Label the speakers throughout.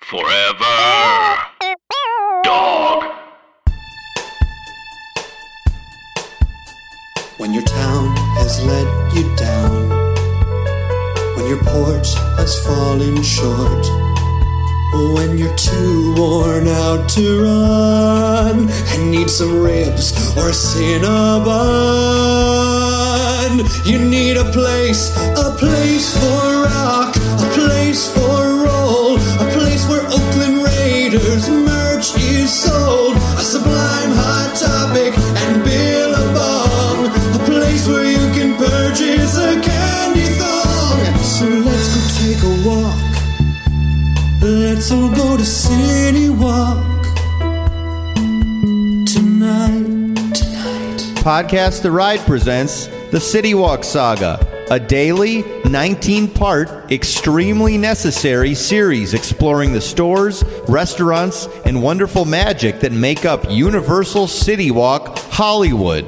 Speaker 1: Forever. Dog.
Speaker 2: When your town has let you down, when your porch has fallen short, when you're too worn out to run and need some ribs or cinnamon, you need a place, a place for rock, a place for roll, a place where Oakland Raiders merch is sold, a sublime hot topic and billabong, a place where you can purchase a candy thong. So let's go take a walk. Let's all go to City Walk tonight. Tonight.
Speaker 3: Podcast The Ride presents The City Walk Saga, a daily, 19 part, extremely necessary series exploring the stores, restaurants, and wonderful magic that make up Universal City Walk Hollywood.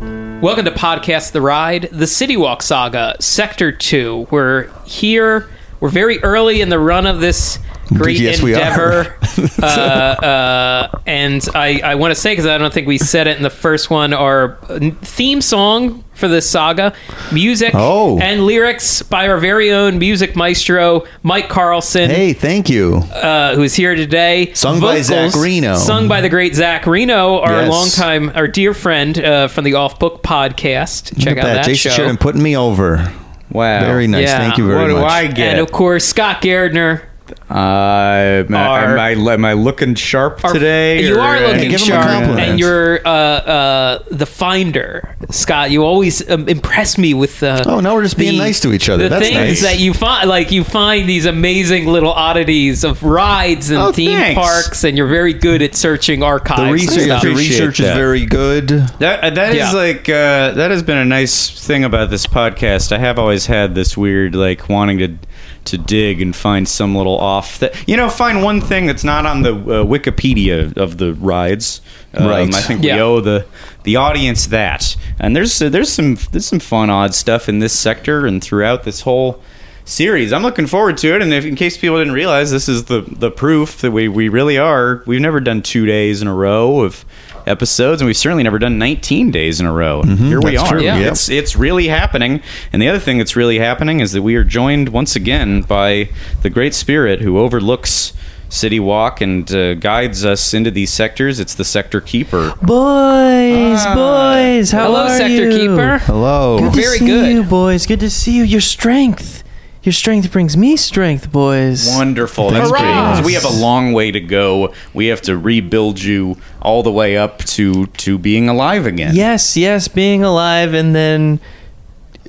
Speaker 4: Welcome to Podcast The Ride, the City Walk Saga, Sector 2. We're here. We're very early in the run of this great
Speaker 3: Yes, we
Speaker 4: endeavor. uh, uh, and I, I want to say, because I don't think we said it in the first one, our theme song for this saga, music
Speaker 3: Oh.
Speaker 4: and lyrics by our very own music maestro, Mike Carlson
Speaker 3: Hey, thank you.
Speaker 4: uh, who's here today.
Speaker 3: Sung by Zach Reno.
Speaker 4: Sung by the great Zach Reno, our
Speaker 3: Yes.
Speaker 4: longtime, our dear friend uh, from the Off Book podcast. Check
Speaker 3: Look at
Speaker 4: out that,
Speaker 3: Jason
Speaker 4: show.
Speaker 3: Sheridan putting me over.
Speaker 5: Wow.
Speaker 3: Very nice.
Speaker 4: Yeah.
Speaker 3: Thank you
Speaker 5: What
Speaker 3: very
Speaker 5: do
Speaker 3: much.
Speaker 5: I
Speaker 4: and of
Speaker 5: get?
Speaker 4: course, Scott Gardner.
Speaker 5: Uh, am, I,
Speaker 4: Our-
Speaker 5: am, I, am I looking sharp
Speaker 4: our-
Speaker 5: today?
Speaker 4: you
Speaker 5: or- uh,
Speaker 4: are looking
Speaker 3: give him a
Speaker 4: sharp,
Speaker 3: compliment.
Speaker 4: and you're uh, uh, the finder, Scott. You always um, impress me with. Uh,
Speaker 3: Oh, now we're just being nice to each other.
Speaker 4: The
Speaker 3: That's
Speaker 4: things
Speaker 3: nice.
Speaker 4: that you find, like you find these amazing little oddities of rides and
Speaker 5: Oh,
Speaker 4: theme
Speaker 5: thanks.
Speaker 4: parks, and you're very good at searching archives.
Speaker 3: the
Speaker 4: and
Speaker 3: research,
Speaker 4: stuff.
Speaker 3: the
Speaker 5: Appreciate
Speaker 3: research is
Speaker 5: that.
Speaker 3: very good.
Speaker 5: That uh, that is
Speaker 4: Yeah.
Speaker 5: like uh, that has been a nice thing about this podcast. I have always had this weird like wanting to to dig and find some little off that you know find one thing that's not on the uh, Wikipedia of the rides. Um,
Speaker 3: Right.
Speaker 5: I think
Speaker 4: Yeah.
Speaker 5: we owe the the audience that. And there's uh, there's some there's some fun odd stuff in this sector and throughout this whole series. I'm looking forward to it. And if, in case people didn't realize, this is the the proof that we we really are. We've never done two days in a row of episodes, and we've certainly never done 19 days in a row. And Here we
Speaker 3: Mm-hmm. that's
Speaker 5: are.
Speaker 3: true, yeah.
Speaker 5: It's it's really happening. And the other thing that's really happening is that we are joined once again by the Great Spirit who overlooks. City Walk and uh, guides us into these sectors. It's the sector keeper.
Speaker 6: Boys, boys, how
Speaker 4: Hello,
Speaker 6: are
Speaker 4: Ah. Sector
Speaker 6: you?
Speaker 4: Keeper.
Speaker 3: Hello.
Speaker 6: Good
Speaker 4: Very
Speaker 6: to see
Speaker 4: good.
Speaker 6: you, boys. Good to see you. Your strength, your strength brings me strength, boys.
Speaker 5: Wonderful. That's
Speaker 4: Hurrah!
Speaker 5: great. 'Cause We have a long way to go. We have to rebuild you all the way up to to being alive again.
Speaker 6: Yes, yes, being alive and then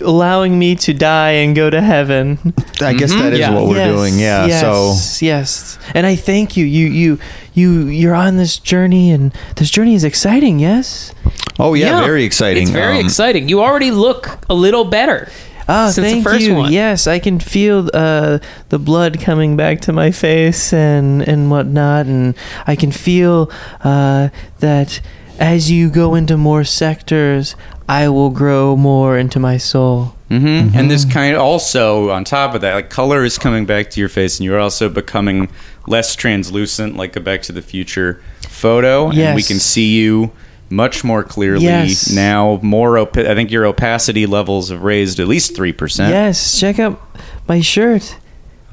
Speaker 6: allowing me to die and go to heaven.
Speaker 3: I guess that is
Speaker 4: Yeah.
Speaker 3: what we're
Speaker 6: Yes,
Speaker 3: doing. Yeah. So
Speaker 6: Yes, yes, and I thank you. You, you, you, you're on this journey, and this journey is exciting. Yes.
Speaker 3: Oh yeah,
Speaker 4: Yeah.
Speaker 3: very exciting.
Speaker 4: It's very
Speaker 3: Um,
Speaker 4: exciting. You already look a little better.
Speaker 6: Ah,
Speaker 4: Since the
Speaker 6: thank
Speaker 4: first
Speaker 6: you.
Speaker 4: one.
Speaker 6: Yes, I can feel uh, the blood coming back to my face and and whatnot, and I can feel uh, that as you go into more sectors, I will grow more into my soul.
Speaker 5: Mhm. And
Speaker 6: Mm-hmm.
Speaker 5: this kind also on top of that, like color is coming back to your face, and you're also becoming less translucent, like a Back to the Future photo, and we
Speaker 6: Yes.
Speaker 5: can see you much more clearly
Speaker 6: Yes.
Speaker 5: now. More, op- I think your opacity levels have raised at least three percent.
Speaker 6: Yes, check out my shirt,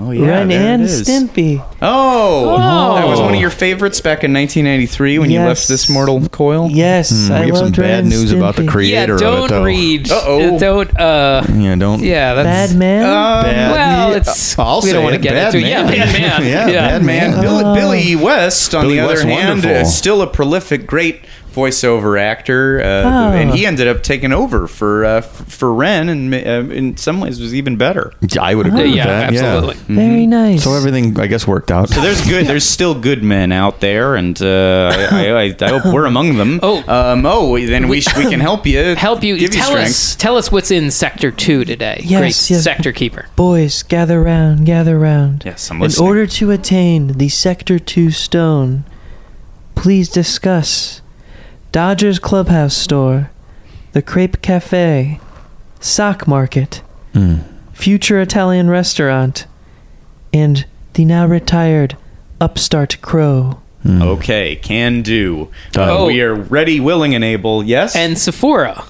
Speaker 5: Oh yeah,
Speaker 6: Ren
Speaker 5: there it
Speaker 6: and
Speaker 5: is.
Speaker 6: Stimpy.
Speaker 5: Oh,
Speaker 4: Oh.
Speaker 5: that was one of your favorites back in 1993 when you left
Speaker 6: Yes.
Speaker 5: this mortal coil.
Speaker 6: Yes, I
Speaker 3: Hmm. we have some
Speaker 6: loved Ren
Speaker 3: bad
Speaker 6: and
Speaker 3: news about the
Speaker 6: Stimpy.
Speaker 4: Yeah,
Speaker 3: creator of it,
Speaker 4: don't
Speaker 3: though.
Speaker 4: read.
Speaker 5: Uh-oh.
Speaker 4: Don't. Uh,
Speaker 3: Yeah, don't.
Speaker 4: yeah, that's
Speaker 6: Bad man.
Speaker 5: Um,
Speaker 3: Bad-
Speaker 4: Well, it's-
Speaker 3: I'll
Speaker 4: we
Speaker 3: say
Speaker 4: don't wanna
Speaker 3: it,
Speaker 4: get
Speaker 3: bad
Speaker 4: into- yeah,
Speaker 3: man.
Speaker 4: bad man.
Speaker 3: yeah,
Speaker 4: Yeah.
Speaker 3: bad man.
Speaker 5: man, Billy, Billy West, on
Speaker 3: Billy
Speaker 5: the other
Speaker 3: West,
Speaker 5: hand,
Speaker 3: wonderful.
Speaker 5: is still a prolific, great voiceover actor, uh,
Speaker 6: Oh.
Speaker 5: and he ended up taking over for uh, f- for Ren, and uh, in some ways was even better.
Speaker 3: I would agree with
Speaker 4: yeah,
Speaker 3: that.
Speaker 4: absolutely.
Speaker 3: Yeah.
Speaker 6: Very nice.
Speaker 3: So mm-hmm. everything, I guess, worked out.
Speaker 5: So there's good. There's still good men out there, and uh, I, I, I, I hope we're among them.
Speaker 4: Oh.
Speaker 5: um, oh, then we sh- we can help you.
Speaker 4: Help you
Speaker 5: give
Speaker 4: tell
Speaker 5: you strength.
Speaker 4: us tell us what's in Sector Two today.
Speaker 6: Yes,
Speaker 4: Great
Speaker 6: yes.
Speaker 4: Sector Keeper.
Speaker 6: Boys, gather round, gather round.
Speaker 5: Yes, I'm
Speaker 6: In
Speaker 5: listening.
Speaker 6: order to attain the Sector 2 stone, please discuss Dodger's Clubhouse Store, the Crepe Cafe, Sock Market, Future Italian Restaurant, and the now retired Upstart Crow.
Speaker 5: Okay, can do. Uh,
Speaker 4: Oh.
Speaker 5: We are ready, willing, and able. Yes,
Speaker 4: And Sephora.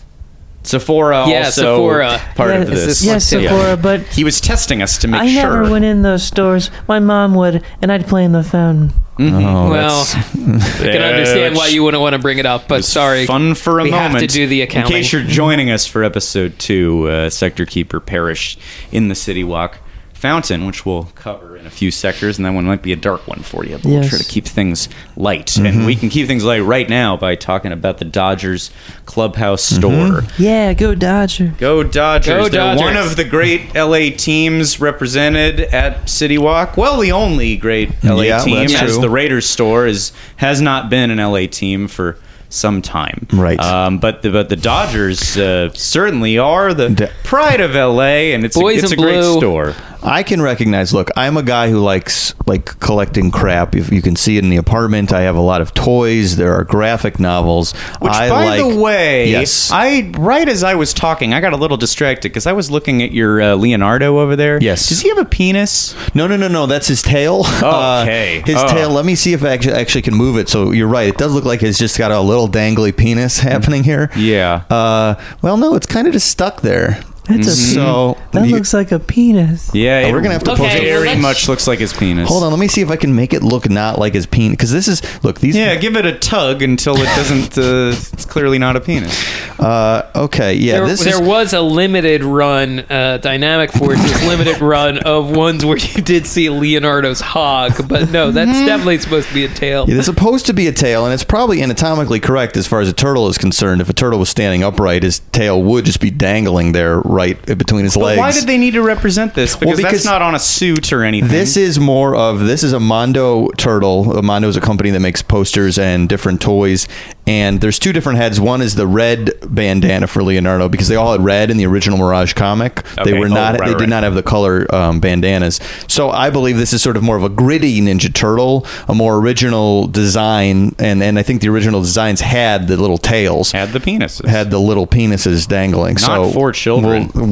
Speaker 5: Sephora
Speaker 4: Yeah,
Speaker 5: also
Speaker 4: Sephora.
Speaker 5: part of
Speaker 6: Yeah,
Speaker 5: this.
Speaker 6: Yes,
Speaker 4: Yeah.
Speaker 6: Sephora, but
Speaker 5: He was testing us to make
Speaker 6: I
Speaker 5: sure.
Speaker 6: never went in those stores. My mom would, and I'd play in the fountain.
Speaker 3: Oh,
Speaker 4: well,
Speaker 3: that's-
Speaker 4: I can understand why you wouldn't want to bring it up, but sorry.
Speaker 5: Fun for a
Speaker 4: we
Speaker 5: moment.
Speaker 4: have to do the accounting.
Speaker 5: In case you're joining us for episode two, uh, Sector Keeper perished in the City Walk Fountain, which we'll cover in a few sectors, and that one might be a dark one for you. But We'll
Speaker 6: Yes.
Speaker 5: try to keep things light, and we can keep things light right now by talking about the Dodgers clubhouse store.
Speaker 6: Yeah, go Dodger.
Speaker 5: Go Dodgers.
Speaker 4: Go
Speaker 5: They're
Speaker 4: Dodgers.
Speaker 5: one of the great LA teams represented at City Walk. Well, the only great LA
Speaker 3: Yeah, well,
Speaker 5: team
Speaker 3: that's
Speaker 5: as
Speaker 3: true.
Speaker 5: the Raiders store is has not been an LA team for some time.
Speaker 3: Right.
Speaker 5: Um, but the but the Dodgers uh, certainly are the
Speaker 3: The-
Speaker 5: pride of LA and it's
Speaker 4: Boys
Speaker 5: a, it's
Speaker 4: in
Speaker 5: a great
Speaker 4: blue.
Speaker 5: store.
Speaker 3: I can recognize. Look, I'm a guy who likes like collecting crap. If you can see it in the apartment, I have a lot of toys. There are graphic novels.
Speaker 5: Which,
Speaker 3: I
Speaker 5: by
Speaker 3: like,
Speaker 5: the way,
Speaker 3: yes,
Speaker 5: I right as I was talking, I got a little distracted because I was looking at your uh, Leonardo over there.
Speaker 3: Yes.
Speaker 5: Does he have a penis?
Speaker 3: no, no, no, no. That's his tail. Uh,
Speaker 5: Okay.
Speaker 3: his
Speaker 5: Oh.
Speaker 3: tail. Let me see if I actually, actually can move it. So you're right. It does look like it's just got a little dangly penis happening here.
Speaker 5: Yeah.
Speaker 3: Uh, well, no, it's kind of just stuck there.
Speaker 6: That's a
Speaker 3: So
Speaker 6: That
Speaker 3: you-
Speaker 6: looks like a penis.
Speaker 5: Yeah,
Speaker 3: Oh,
Speaker 5: it
Speaker 3: we're gonna have to
Speaker 4: Okay,
Speaker 3: post.
Speaker 4: well,
Speaker 3: it.
Speaker 5: very
Speaker 4: let's-
Speaker 5: much looks like his penis.
Speaker 3: Hold on, let me see if I can make it look not like his penis. Because this is look these.
Speaker 5: Yeah, give it a tug until it doesn't. Uh, it's clearly not a penis.
Speaker 3: Uh, okay. Yeah.
Speaker 4: there,
Speaker 3: this
Speaker 4: there
Speaker 3: is.
Speaker 4: was a limited run, uh, Dynamic Forces limited run of ones where you did see Leonardo's hog, but no, that's
Speaker 6: Mm-hmm.
Speaker 4: definitely supposed to be a tail.
Speaker 3: It is supposed to be a tail, and it's probably anatomically correct as far as a turtle is concerned. If a turtle was standing upright, his tail would just be dangling there, right between his
Speaker 5: But
Speaker 3: legs.
Speaker 5: why did they need to represent this? Because,
Speaker 3: Well, because
Speaker 5: that's not on a suit or anything.
Speaker 3: This is more of this is a Mondo turtle. Mondo is a company that makes posters and different toys. And there's two different heads. One is the red bandana for Leonardo because they all had red in the original Mirage comic.
Speaker 5: Okay.
Speaker 3: They were
Speaker 5: Oh,
Speaker 3: not.
Speaker 5: right,
Speaker 3: they
Speaker 5: right.
Speaker 3: did not have the color um, bandanas. So I believe this is sort of more of a gritty Ninja Turtle, a more original design. And and I think the original designs had the little tails
Speaker 5: had the penises.
Speaker 3: had the little penises dangling.
Speaker 5: Not
Speaker 3: so
Speaker 5: for children.
Speaker 3: we'll-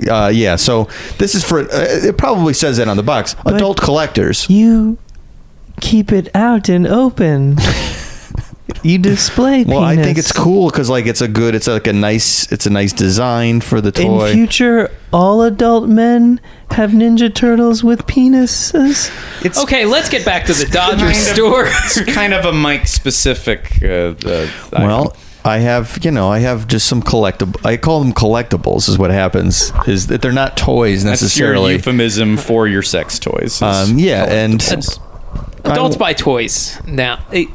Speaker 3: we'll- uh, yeah. So this is for. Uh, it probably says that on the box. Adult collectors.
Speaker 6: You keep it out and open. you display
Speaker 3: Well, I
Speaker 6: penis.
Speaker 3: think it's cool because like it's a good. It's like a nice. It's a nice design for the
Speaker 6: In
Speaker 3: toy.
Speaker 6: future, all adult men have Ninja Turtles with penises.
Speaker 5: it's
Speaker 4: Okay, let's get back to the Dodger
Speaker 5: kind of-
Speaker 4: store.
Speaker 5: It's kind of a Mike specific. Uh, uh, item.
Speaker 3: well. I have, you know, I have just some collectible. I call them collectibles. Is what happens is that they're not toys
Speaker 5: that's your
Speaker 3: necessarily.
Speaker 5: euphemism for your sex toys. is
Speaker 3: Um, yeah, and
Speaker 5: collectibles.
Speaker 4: Adults
Speaker 3: I-
Speaker 4: buy toys now. It-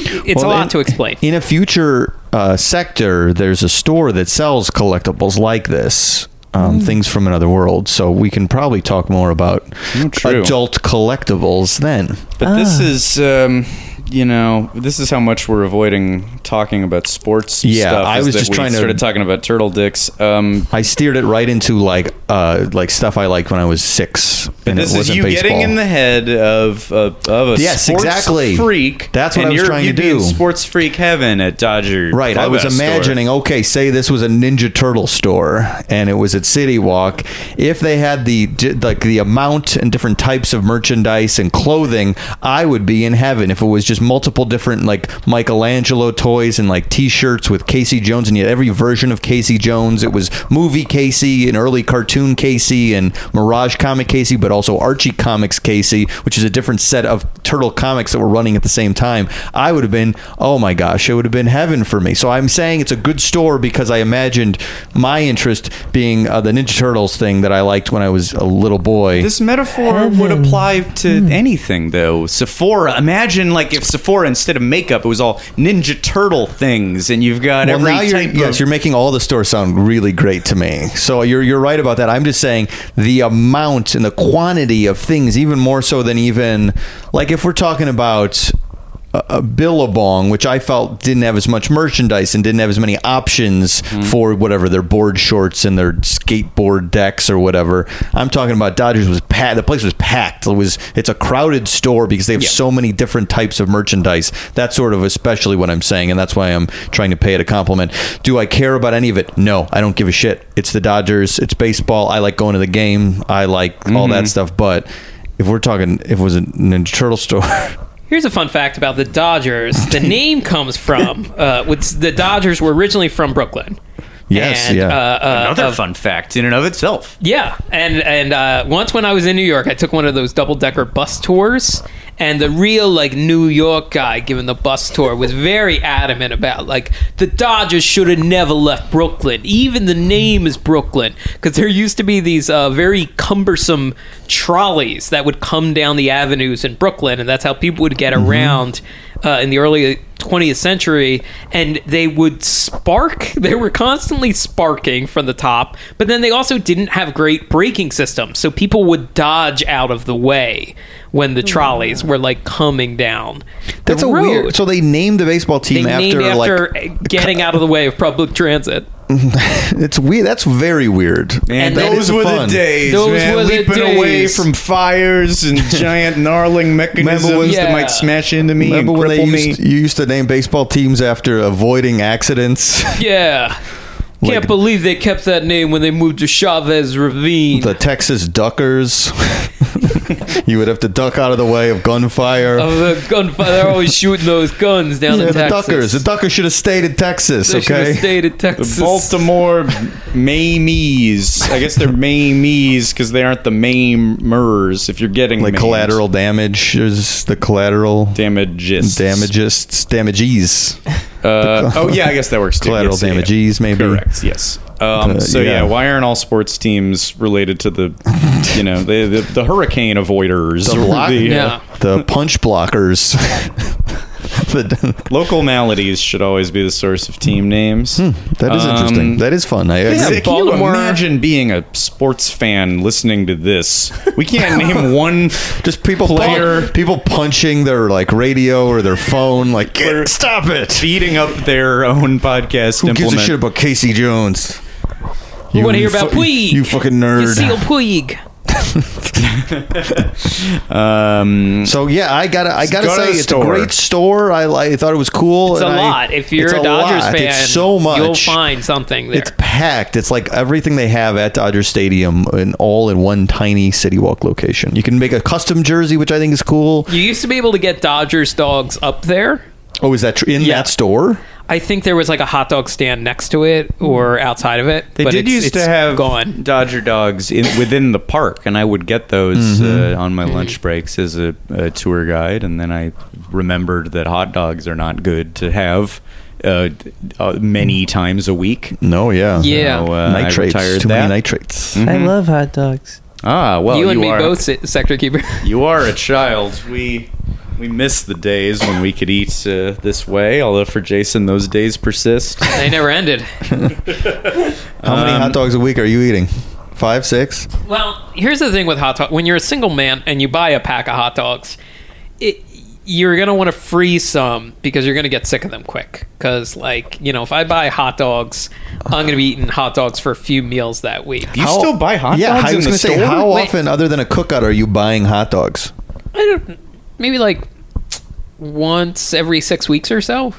Speaker 4: it's
Speaker 3: Well,
Speaker 4: a lot
Speaker 3: in-
Speaker 4: to explain.
Speaker 3: In a future uh, sector, there's a store that sells collectibles like this,
Speaker 5: Hmm.
Speaker 3: um, things from another world. So we can probably talk more about
Speaker 5: true.
Speaker 3: adult collectibles then.
Speaker 5: But
Speaker 3: Ah.
Speaker 5: this is, um, you know, this is how much we're avoiding talking about sports.
Speaker 3: Yeah,
Speaker 5: stuff,
Speaker 3: I
Speaker 5: is
Speaker 3: was
Speaker 5: that
Speaker 3: just
Speaker 5: we
Speaker 3: trying to-
Speaker 5: started talking about turtle dicks. Um,
Speaker 3: I steered it right into like uh, like stuff I liked when I was six, and
Speaker 5: this
Speaker 3: it
Speaker 5: is
Speaker 3: wasn't
Speaker 5: you
Speaker 3: baseball.
Speaker 5: getting in the head of a, of a
Speaker 3: Yes,
Speaker 5: sports
Speaker 3: exactly.
Speaker 5: freak.
Speaker 3: That's what
Speaker 5: and
Speaker 3: I was
Speaker 5: you're-
Speaker 3: trying to
Speaker 5: you'd be in
Speaker 3: do.
Speaker 5: sports freak heaven at Dodger.
Speaker 3: Right, I was
Speaker 5: Clubhouse store.
Speaker 3: imagining. Okay, say this was a Ninja Turtle store, and it was at City Walk. If they had the di- like the amount and different types of merchandise and clothing, I would be in heaven. If it was just there's multiple different like Michelangelo toys and like T-shirts with Casey Jones, and you had every version of Casey Jones. It was movie Casey and early cartoon Casey and Mirage comic Casey, but also Archie comics Casey, which is a different set of Turtle comics that were running at the same time. I would have been, oh my gosh, it would have been heaven for me. So I'm saying it's a good store because I imagined my interest being uh, the Ninja Turtles thing that I liked when I was a little boy.
Speaker 5: This metaphor would apply to anything, though. Sephora. Imagine like if Sephora instead of makeup, it was all Ninja Turtle things, and you've got every
Speaker 3: now you're,
Speaker 5: type
Speaker 3: yes,
Speaker 5: of.
Speaker 3: you're making all the stores sound really great to me. So you're you're right about that. I'm just saying the amount and the quantity of things, even more so than even like if we're talking about a, a Billabong, which I felt didn't have as much merchandise and didn't have as many options
Speaker 4: Hmm.
Speaker 3: for whatever their board shorts and their skateboard decks or whatever. I'm talking about Dodgers was packed. The place was packed. It was it's a crowded store because they have so many different types of merchandise. That's sort of especially what I'm saying, and that's why I'm trying to pay it a compliment. Do I care about any of it? No, I don't give a shit. It's the Dodgers. It's baseball. I like going to the game. I like all
Speaker 4: Mm-hmm.
Speaker 3: that stuff. But if we're talking, if it was a Ninja Turtle store,
Speaker 4: Here's a fun fact about the Dodgers. The name comes from uh, with the Dodgers were originally from Brooklyn.
Speaker 3: yes,
Speaker 4: And,
Speaker 3: yeah.
Speaker 4: Uh, uh,
Speaker 5: Another fun fact in and of itself.
Speaker 4: Yeah, and and uh, once when I was in New York, I took one of those double decker bus tours, and the real like New York guy giving the bus tour was very adamant about like the Dodgers should have never left Brooklyn. Even the name is Brooklyn because there used to be these uh, very cumbersome trolleys that would come down the avenues in Brooklyn, and that's how people would get around uh, in the early 20th century and they would spark they were constantly sparking from the top but then they also didn't have great braking systems so people would dodge out of the way when the trolleys were like coming down the
Speaker 3: That's a
Speaker 4: road.
Speaker 3: weird. So they named the baseball
Speaker 4: they
Speaker 3: team
Speaker 4: named
Speaker 3: after,
Speaker 4: after
Speaker 3: like
Speaker 4: getting out of the way of public transit
Speaker 3: it's weird. That's very weird.
Speaker 5: And,
Speaker 4: And that
Speaker 5: those
Speaker 3: is
Speaker 5: were
Speaker 3: fun.
Speaker 5: the days,
Speaker 4: Those
Speaker 5: man.
Speaker 4: were the
Speaker 5: Leaping away
Speaker 4: days.
Speaker 5: from fires and giant gnarling mechanisms
Speaker 3: when-
Speaker 5: that
Speaker 4: Yeah.
Speaker 5: might smash into me
Speaker 3: Remember
Speaker 5: and
Speaker 3: when they
Speaker 5: cripple me.
Speaker 3: used, you used to name baseball teams after avoiding accidents?
Speaker 4: yeah can't believe they kept that name when they moved to Chavez Ravine
Speaker 3: the Texas Duckers. you would have to duck out of the way of gunfire.
Speaker 4: of the gunfire. They're always shooting those guns down
Speaker 3: Yeah,
Speaker 4: in
Speaker 3: the
Speaker 4: Oh, Texas.
Speaker 3: Duckers. The Duckers should have stayed in Texas.
Speaker 4: They should have
Speaker 3: okay.
Speaker 4: stayed in Texas.
Speaker 5: Baltimore Mamies. I guess they're Mamies because they aren't the Mamers. If you're getting
Speaker 3: Like
Speaker 5: maimed.
Speaker 3: collateral damage is the collateral
Speaker 5: damages,
Speaker 3: damagists, damagees,
Speaker 5: Uh, oh yeah, I guess that works. Too.
Speaker 3: collateral
Speaker 5: Yes, yeah, yeah.
Speaker 3: damagees, maybe.
Speaker 5: Correct. Yes. Um,
Speaker 3: Uh,
Speaker 5: so
Speaker 3: yeah.
Speaker 5: yeah. why aren't all sports teams related to the, you know, the the, the hurricane avoiders,
Speaker 3: The
Speaker 5: or
Speaker 3: block-
Speaker 5: the, uh,
Speaker 4: Yeah.
Speaker 3: The punch blockers. the,
Speaker 5: Local maladies should always be the source of team names.
Speaker 3: that is interesting.
Speaker 5: Um,
Speaker 3: That is fun. I
Speaker 5: Hmm. Yeah,
Speaker 3: agree.
Speaker 5: can
Speaker 4: Baltimore-
Speaker 5: you imagine being a sports fan listening to this? We can't name one
Speaker 3: Just people
Speaker 5: Player-
Speaker 3: pun- people punching their like radio or their phone. Like, "Get-
Speaker 5: Player-
Speaker 3: stop it!
Speaker 5: beating up their own podcast
Speaker 3: Who gives
Speaker 5: implement.
Speaker 3: a shit about Casey Jones?
Speaker 4: You want to hear about
Speaker 3: fu-
Speaker 4: Puig?
Speaker 3: You fucking nerd.
Speaker 4: Lucille Puig.
Speaker 5: um,
Speaker 3: So yeah, I gotta, I gotta
Speaker 5: Go to
Speaker 3: say,
Speaker 5: the
Speaker 3: it's
Speaker 5: store.
Speaker 3: a great store. I, I thought it was cool.
Speaker 4: It's a
Speaker 3: and I-
Speaker 4: lot. If you're
Speaker 3: it's
Speaker 4: a Dodgers
Speaker 3: lot.
Speaker 4: fan,
Speaker 3: it's so much.
Speaker 4: you'll find something there.
Speaker 3: It's packed. It's like everything they have at Dodger Stadium, in all in one tiny City Walk location. You can make a custom jersey, which I think is cool.
Speaker 4: you used to be able to get Dodgers dogs up there.
Speaker 3: Oh, is that tr- in
Speaker 4: Yeah.
Speaker 3: that store?
Speaker 4: I think there was like a hot dog stand next to it or outside of it.
Speaker 5: They
Speaker 4: but
Speaker 5: did
Speaker 4: it's-
Speaker 5: used
Speaker 4: it's
Speaker 5: to have
Speaker 4: gone.
Speaker 5: Dodger dogs in, within the park, and I would get those
Speaker 3: Mm-hmm.
Speaker 5: uh, on my
Speaker 4: Mm-hmm.
Speaker 5: lunch breaks as a, a tour guide. And then I remembered that hot dogs are not good to have uh, d- uh, many times a week.
Speaker 3: No, yeah,
Speaker 4: Yeah.
Speaker 5: So, uh,
Speaker 3: Nitrates.
Speaker 5: I retired
Speaker 3: Too
Speaker 5: that.
Speaker 3: many nitrates.
Speaker 6: I love hot dogs.
Speaker 5: ah, well,
Speaker 4: Oh, you,
Speaker 5: you,
Speaker 4: and me
Speaker 5: are,
Speaker 4: both, se- sector keeper.
Speaker 5: You are a child. We we miss the days when we could eat uh, this way. Although for Jason, those days persist.
Speaker 4: they never ended.
Speaker 3: How many hot dogs a week are you eating? Five, six.
Speaker 4: Well, here's the thing with hot dog: when you're a single man and you buy a pack of hot dogs, it, you're gonna want to freeze some because you're gonna get sick of them quick. Because, like, you know, if I buy hot dogs, I'm gonna be eating hot dogs for a few meals that week.
Speaker 5: You still buy hot
Speaker 3: yeah,
Speaker 5: dogs
Speaker 3: I was
Speaker 5: in the
Speaker 3: gonna
Speaker 5: store?
Speaker 3: say, how
Speaker 4: Wait.
Speaker 3: often, other than a cookout, are you buying hot dogs?
Speaker 4: I don't, maybe like once every six weeks or so.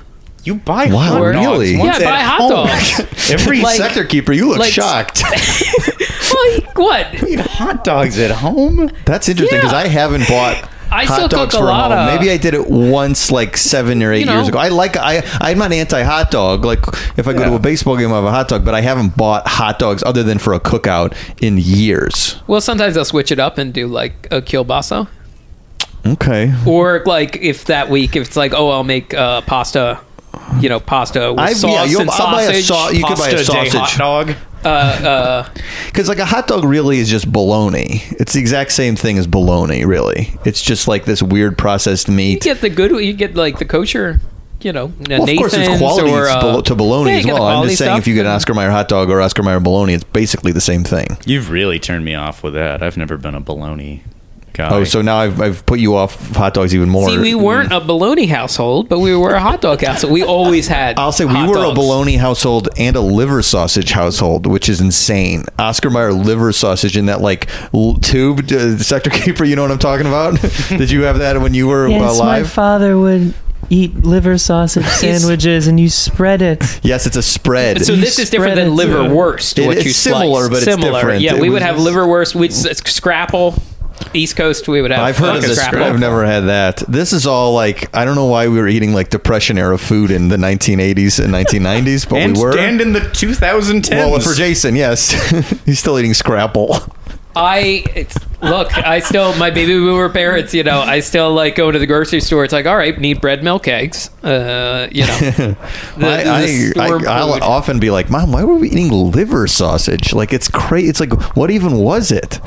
Speaker 5: You buy
Speaker 3: Wow,
Speaker 5: hot dogs
Speaker 3: really?
Speaker 5: once
Speaker 4: yeah,
Speaker 5: at
Speaker 4: buy hot
Speaker 5: home.
Speaker 4: dogs.
Speaker 3: Every
Speaker 4: Like-
Speaker 3: sector keeper, you look
Speaker 4: like-
Speaker 3: shocked.
Speaker 4: like what?
Speaker 5: eat hot dogs at home?
Speaker 3: That's interesting because
Speaker 4: Yeah.
Speaker 3: I haven't bought
Speaker 4: I
Speaker 3: hot
Speaker 4: still
Speaker 3: dogs
Speaker 4: cook a
Speaker 3: from
Speaker 4: lot
Speaker 3: home.
Speaker 4: of-
Speaker 3: Maybe I did it once, like seven or eight
Speaker 4: You know.
Speaker 3: years ago. I like I I'm not anti hot dog. Like if I go to a baseball game, I have a hot dog, but I haven't bought hot dogs other than for a cookout in years.
Speaker 4: Well, sometimes I'll switch it up and do like a kielbasa.
Speaker 3: Okay,
Speaker 4: Or like if that week, if it's like, oh, I'll make uh, pasta, you know, pasta with
Speaker 3: I've-
Speaker 4: sauce
Speaker 3: you'll-
Speaker 4: and
Speaker 3: I'll buy a
Speaker 4: sausage.
Speaker 3: sau- you could buy a
Speaker 5: Pasta day hot
Speaker 3: sausage
Speaker 5: dog.
Speaker 4: Uh,
Speaker 3: because like a hot dog really is just bologna. It's the exact same thing as bologna. Really, it's just like this weird processed
Speaker 4: you
Speaker 3: meat.
Speaker 4: get the good, you get like the kosher, you know,
Speaker 3: Well, of course, there's quality
Speaker 4: or, uh,
Speaker 3: to bologna
Speaker 4: yeah, you
Speaker 3: as
Speaker 4: get the
Speaker 3: well. I'm
Speaker 4: quality
Speaker 3: just saying,
Speaker 4: stuff
Speaker 3: if you get an
Speaker 4: and-
Speaker 3: Oscar Mayer hot dog or Oscar Mayer bologna, it's basically the same thing.
Speaker 5: You've really turned me off with that. I've never been a baloney guy.
Speaker 3: Oh, so now I've, I've put you off hot dogs even more.
Speaker 4: See, we weren't a bologna household, but we were a hot dog household. We always had.
Speaker 3: I'll say we
Speaker 4: hot
Speaker 3: were a
Speaker 4: dogs.
Speaker 3: bologna household and a liver sausage household, which is insane. Oscar Mayer liver sausage in that like l- tube, uh, sector keeper. You know what I'm talking about? Did you have that when you were uh,
Speaker 6: Yes, my
Speaker 3: alive?
Speaker 6: father would eat liver sausage sandwiches, and you spread it.
Speaker 3: yes, it's a spread.
Speaker 4: So this is different than
Speaker 6: spread it.
Speaker 4: liverwurst.
Speaker 3: It-
Speaker 4: what
Speaker 3: it's
Speaker 4: you slice.
Speaker 3: similar, but it's
Speaker 4: Similar.
Speaker 3: different.
Speaker 4: Yeah,
Speaker 3: It
Speaker 4: we
Speaker 3: was-
Speaker 4: would have liverwurst. We scrapple. East Coast, we would have.
Speaker 3: I've heard of
Speaker 4: fucking
Speaker 3: this.
Speaker 4: scrapple.
Speaker 3: I've never had that. This is all like I don't know why we were eating like depression era food in the 1980s and 1990s, but
Speaker 5: and,
Speaker 3: we were.
Speaker 5: and in the 2010s.
Speaker 3: well, for Jason, yes, he's still eating scrapple.
Speaker 4: I it's, look. I still my baby boomer parents. You know, I still like go to the grocery store. It's like, all right, need bread, milk, eggs. Uh, you know, the,
Speaker 3: I,
Speaker 4: the
Speaker 3: I,
Speaker 4: store
Speaker 3: I, will
Speaker 4: food.
Speaker 3: often be like, Mom, why were we eating liver sausage? Like, it's crazy. It's like, what even was it?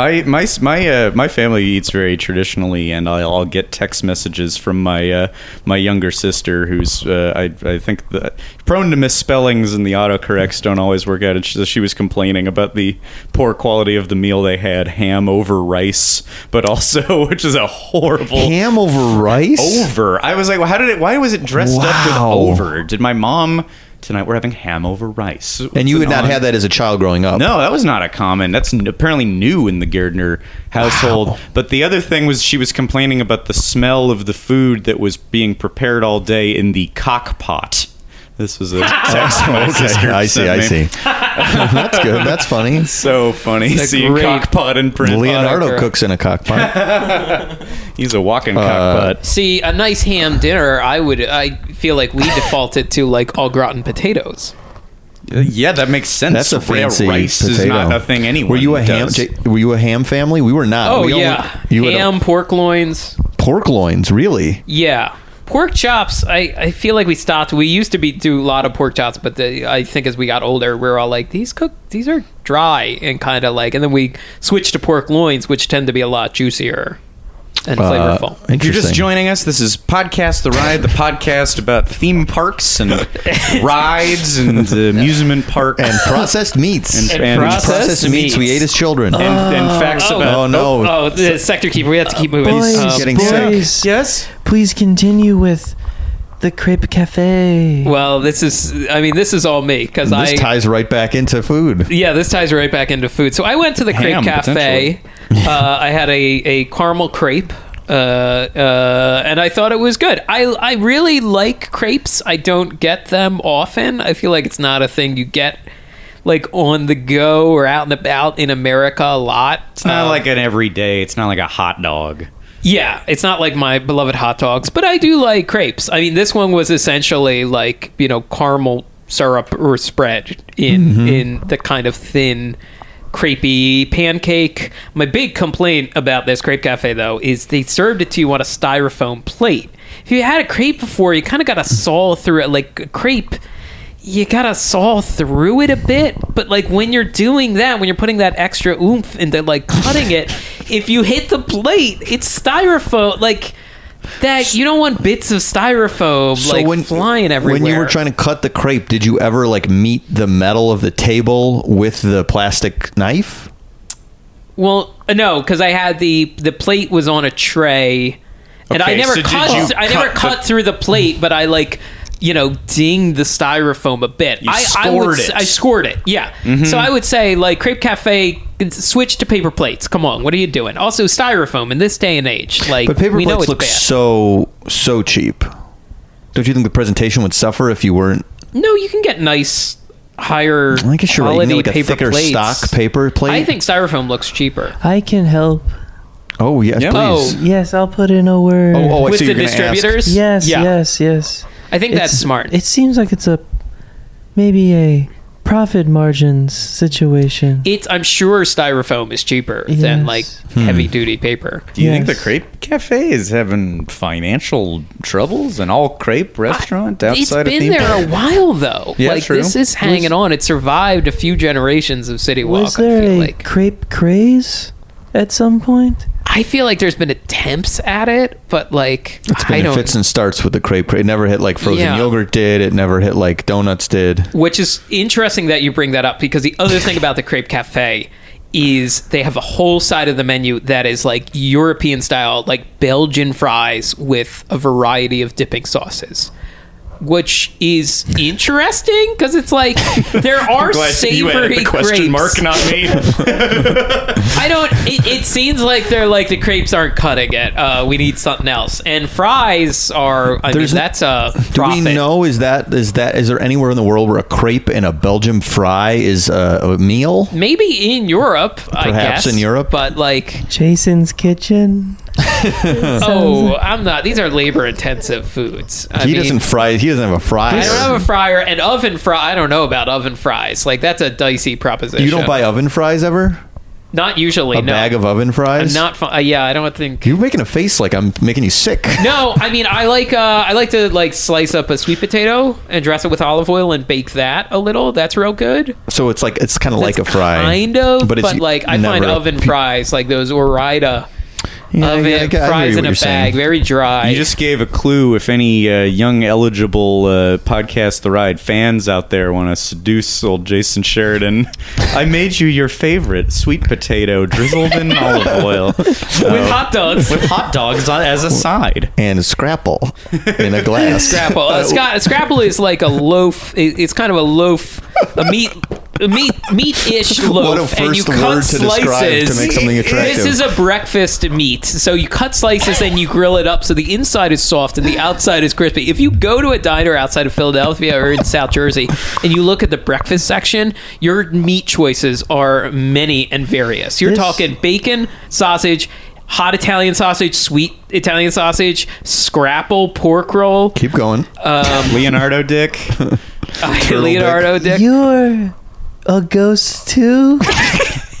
Speaker 5: I my my uh, my family eats very traditionally, and I'll, I'll get text messages from my uh, my younger sister, who's uh, I I think the, prone to misspellings, and the autocorrects don't always work out. And she, she was complaining about the poor quality of the meal they had: ham over rice, but also which is a horrible
Speaker 3: Ham over rice?
Speaker 5: over. I was like, well, how did it? Why was it dressed up with
Speaker 3: Wow.
Speaker 5: over? Did my mom tonight? We're having ham over rice,
Speaker 3: And you would not
Speaker 5: have
Speaker 3: have that as a child growing up.
Speaker 5: no, that was not a common. That's n- apparently new in the Gardner household. But the other thing was she was complaining about the smell of the food that was being prepared all day in the cock pot. This was a text my sister
Speaker 3: I see,
Speaker 5: sent
Speaker 3: I
Speaker 5: me.
Speaker 3: see. That's good. That's funny.
Speaker 5: So funny.
Speaker 4: a
Speaker 5: See
Speaker 4: great-
Speaker 5: cock pot in print.
Speaker 3: Leonardo
Speaker 4: Autocorrect.
Speaker 3: cooks in a cockpot.
Speaker 5: He's a walking
Speaker 3: uh,
Speaker 5: cock pot.
Speaker 4: See, a nice ham dinner. I would. I feel like we defaulted to like all gratin potatoes.
Speaker 5: Yeah, that makes sense.
Speaker 3: That's a
Speaker 5: Rare
Speaker 3: fancy
Speaker 5: rice
Speaker 3: potato.
Speaker 5: is not a thing anyway.
Speaker 3: Were you a ham? J- were you a ham family? We were not.
Speaker 4: Oh
Speaker 3: We only-
Speaker 4: yeah,
Speaker 3: you had
Speaker 4: ham, pork loins.
Speaker 3: pork loins, really?
Speaker 4: Yeah. Pork chops, I, I feel like we stopped. We used to be do a lot of pork chops, but the, I think as we got older, we were all like, these cook, these are dry and kind of like, and then we switched to pork loins, which tend to be a lot juicier
Speaker 3: Uh,
Speaker 4: and flavorful.
Speaker 5: If you're just
Speaker 3: Interesting.
Speaker 5: joining us, this is Podcast The Ride, the podcast about theme parks and rides and uh, amusement parks
Speaker 3: and processed meats
Speaker 5: And- and
Speaker 3: processed,
Speaker 4: processed
Speaker 3: meats. we
Speaker 4: meats.
Speaker 3: ate as children.
Speaker 5: and, and facts
Speaker 4: Oh.
Speaker 5: about.
Speaker 3: oh no,
Speaker 4: Oh, the sector keeper, we have to keep moving.
Speaker 6: boys,
Speaker 4: Um,
Speaker 3: Uh, getting sick.
Speaker 6: boys,
Speaker 5: Yes.
Speaker 6: please continue with the crepe cafe.
Speaker 4: well, this is, I mean, this is all me because I,
Speaker 3: this ties right back into food.
Speaker 4: yeah, this ties right back into food. So I went to the
Speaker 5: Ham,
Speaker 4: crepe cafe. Uh, I had a, a caramel crepe. Uh, uh, and I thought it was good. I, I really like crepes. I don't get them often. I feel like it's not a thing you get like on the go or out and about in America a lot.
Speaker 5: It's not like an everyday. It's not like a hot dog.
Speaker 4: Yeah, it's not like my beloved hot dogs, but I do like crepes. I mean, this one was essentially like you know caramel syrup or spread in in the kind of thin crepey pancake. My big complaint about this crepe cafe though is they served it to you on a styrofoam plate. If you had a crepe before, you kind of got to saw through it like a crepe you gotta saw through it a bit but like when you're doing that when you're putting that extra oomph into like cutting it if you hit the plate it's styrofoam like that you don't want bits of styrofoam like flying everywhere
Speaker 3: When you were trying to cut the crepe, did you ever like meet the metal of the table with the plastic knife?
Speaker 4: well uh, no because i had the the plate was on a tray and i
Speaker 5: Okay,
Speaker 4: never
Speaker 5: so did
Speaker 4: cut,
Speaker 5: you
Speaker 4: i never
Speaker 5: cut the-
Speaker 4: cut through the plate but i like you know, dinged the styrofoam a bit. I, I would,
Speaker 5: scored
Speaker 4: s-
Speaker 5: it.
Speaker 4: I scored it. Yeah. So I would say, like, crepe cafe, switch to paper plates. Come on, what are you doing? Also, styrofoam in this day and age, like,
Speaker 3: But paper
Speaker 4: we know
Speaker 3: plates
Speaker 4: it's
Speaker 3: look
Speaker 4: bad.
Speaker 3: so so cheap. Don't you think the presentation would suffer if you weren't?
Speaker 4: no, you can get nice, higher
Speaker 3: I guess you're right. You
Speaker 4: quality
Speaker 3: need like a
Speaker 4: paper
Speaker 3: thicker
Speaker 4: plates.
Speaker 3: stock paper plate.
Speaker 4: I think styrofoam looks cheaper.
Speaker 6: I can help.
Speaker 3: Oh yes,
Speaker 5: Yeah.
Speaker 3: please.
Speaker 4: Oh.
Speaker 6: Yes, I'll put in a word.
Speaker 3: Oh, oh, I
Speaker 4: with
Speaker 3: see you're
Speaker 4: the
Speaker 3: gonna ask.
Speaker 4: distributors.
Speaker 6: Yes,
Speaker 4: Yeah.
Speaker 6: yes, yes.
Speaker 4: I think that's
Speaker 6: It's-
Speaker 4: smart.
Speaker 6: It seems like it's a maybe a profit margins situation.
Speaker 4: It's I'm sure styrofoam is cheaper
Speaker 6: Yes.
Speaker 4: than like heavy duty paper.
Speaker 5: Do you think the
Speaker 6: Yes.
Speaker 5: crepe cafe is having financial troubles? An all crepe restaurant
Speaker 4: It's
Speaker 5: outside of
Speaker 4: been
Speaker 5: theme
Speaker 4: there a
Speaker 5: park?
Speaker 4: while though.
Speaker 5: Yeah,
Speaker 4: like
Speaker 5: true.
Speaker 4: this is hanging on. It survived a few generations of City Walk.
Speaker 6: Was there
Speaker 4: I feel
Speaker 6: a
Speaker 4: like
Speaker 6: crepe craze at some point?
Speaker 4: I feel like there's been attempts at it, but like
Speaker 3: It's been
Speaker 4: I don't.
Speaker 3: fits and starts with the crepe. It never hit like frozen
Speaker 4: Yeah.
Speaker 3: yogurt did. It never hit like donuts did.
Speaker 4: Which is interesting that you bring that up because the other thing about the Crepe Cafe is they have a whole side of the menu that is like European style, like Belgian fries with a variety of dipping sauces. Which is interesting because it's like there are savory crepes.
Speaker 7: not me.
Speaker 4: I don't. It, it seems like they're like the crepes aren't cutting it. Uh, we need something else. And fries are. I
Speaker 3: There's
Speaker 4: mean,
Speaker 3: n-
Speaker 4: that's a
Speaker 3: Do
Speaker 4: profit.
Speaker 3: we know is that is that is there anywhere in the world where a crepe and a Belgian fry is a, a meal?
Speaker 4: Maybe in Europe, I
Speaker 3: Perhaps
Speaker 4: guess.
Speaker 3: in Europe.
Speaker 4: but like
Speaker 6: Jason's kitchen.
Speaker 4: Oh, I'm not. These are labor intensive foods. I
Speaker 3: he
Speaker 4: mean,
Speaker 3: doesn't fry. He doesn't have a fry.
Speaker 4: I don't have a fryer and oven fry. I don't know about oven fries. Like that's a dicey proposition.
Speaker 3: you don't buy oven fries ever?
Speaker 4: Not usually.
Speaker 3: A
Speaker 4: no.
Speaker 3: bag of oven
Speaker 4: I'm
Speaker 3: fries?
Speaker 4: not. Fu- uh, yeah, I don't think.
Speaker 3: You're making a face like I'm making you sick.
Speaker 4: No, I mean I like uh, I like to like slice up a sweet potato and dress it with olive oil and bake that a little. That's real good.
Speaker 3: So it's like it's kind of like a
Speaker 4: That's
Speaker 3: fry,
Speaker 4: kind of. But,
Speaker 3: it's
Speaker 4: like I
Speaker 3: never
Speaker 4: find
Speaker 3: a
Speaker 4: oven
Speaker 3: pe-
Speaker 4: fries like those Orida
Speaker 3: Yeah,
Speaker 4: oven
Speaker 3: yeah, I get- I hear
Speaker 4: fries
Speaker 3: you what
Speaker 4: in a
Speaker 3: you're
Speaker 4: bag,
Speaker 3: saying.
Speaker 4: very dry.
Speaker 5: You just gave a clue if any uh, young eligible uh, podcast The Ride fans out there want to seduce old Jason Sheridan. I made you your favorite sweet potato drizzled in olive oil Uh, with
Speaker 4: with hot dogs.
Speaker 5: with hot dogs on, as a side.
Speaker 3: and a scrapple in a glass.
Speaker 4: scrapple. Uh, sca- a scrapple is like a loaf. it- It's kind of a loaf, a meat, a meat, meat-ish loaf,
Speaker 3: What a
Speaker 4: and you
Speaker 3: first
Speaker 4: cut
Speaker 3: word to
Speaker 4: slices.
Speaker 3: describe to make something attractive.
Speaker 4: This is a breakfast meat, so you cut slices and you grill it up, so the inside is soft and the outside is crispy. If you go to a diner outside of Philadelphia or in South Jersey and you look at the breakfast section, your meat choices are many and various. You're
Speaker 6: This-
Speaker 4: talking bacon, sausage. Hot Italian sausage, sweet Italian sausage, scrapple, pork roll,
Speaker 3: Keep going.
Speaker 4: Uh,
Speaker 5: Leonardo Dick.
Speaker 4: Leonardo Dick.
Speaker 6: You're a ghost too.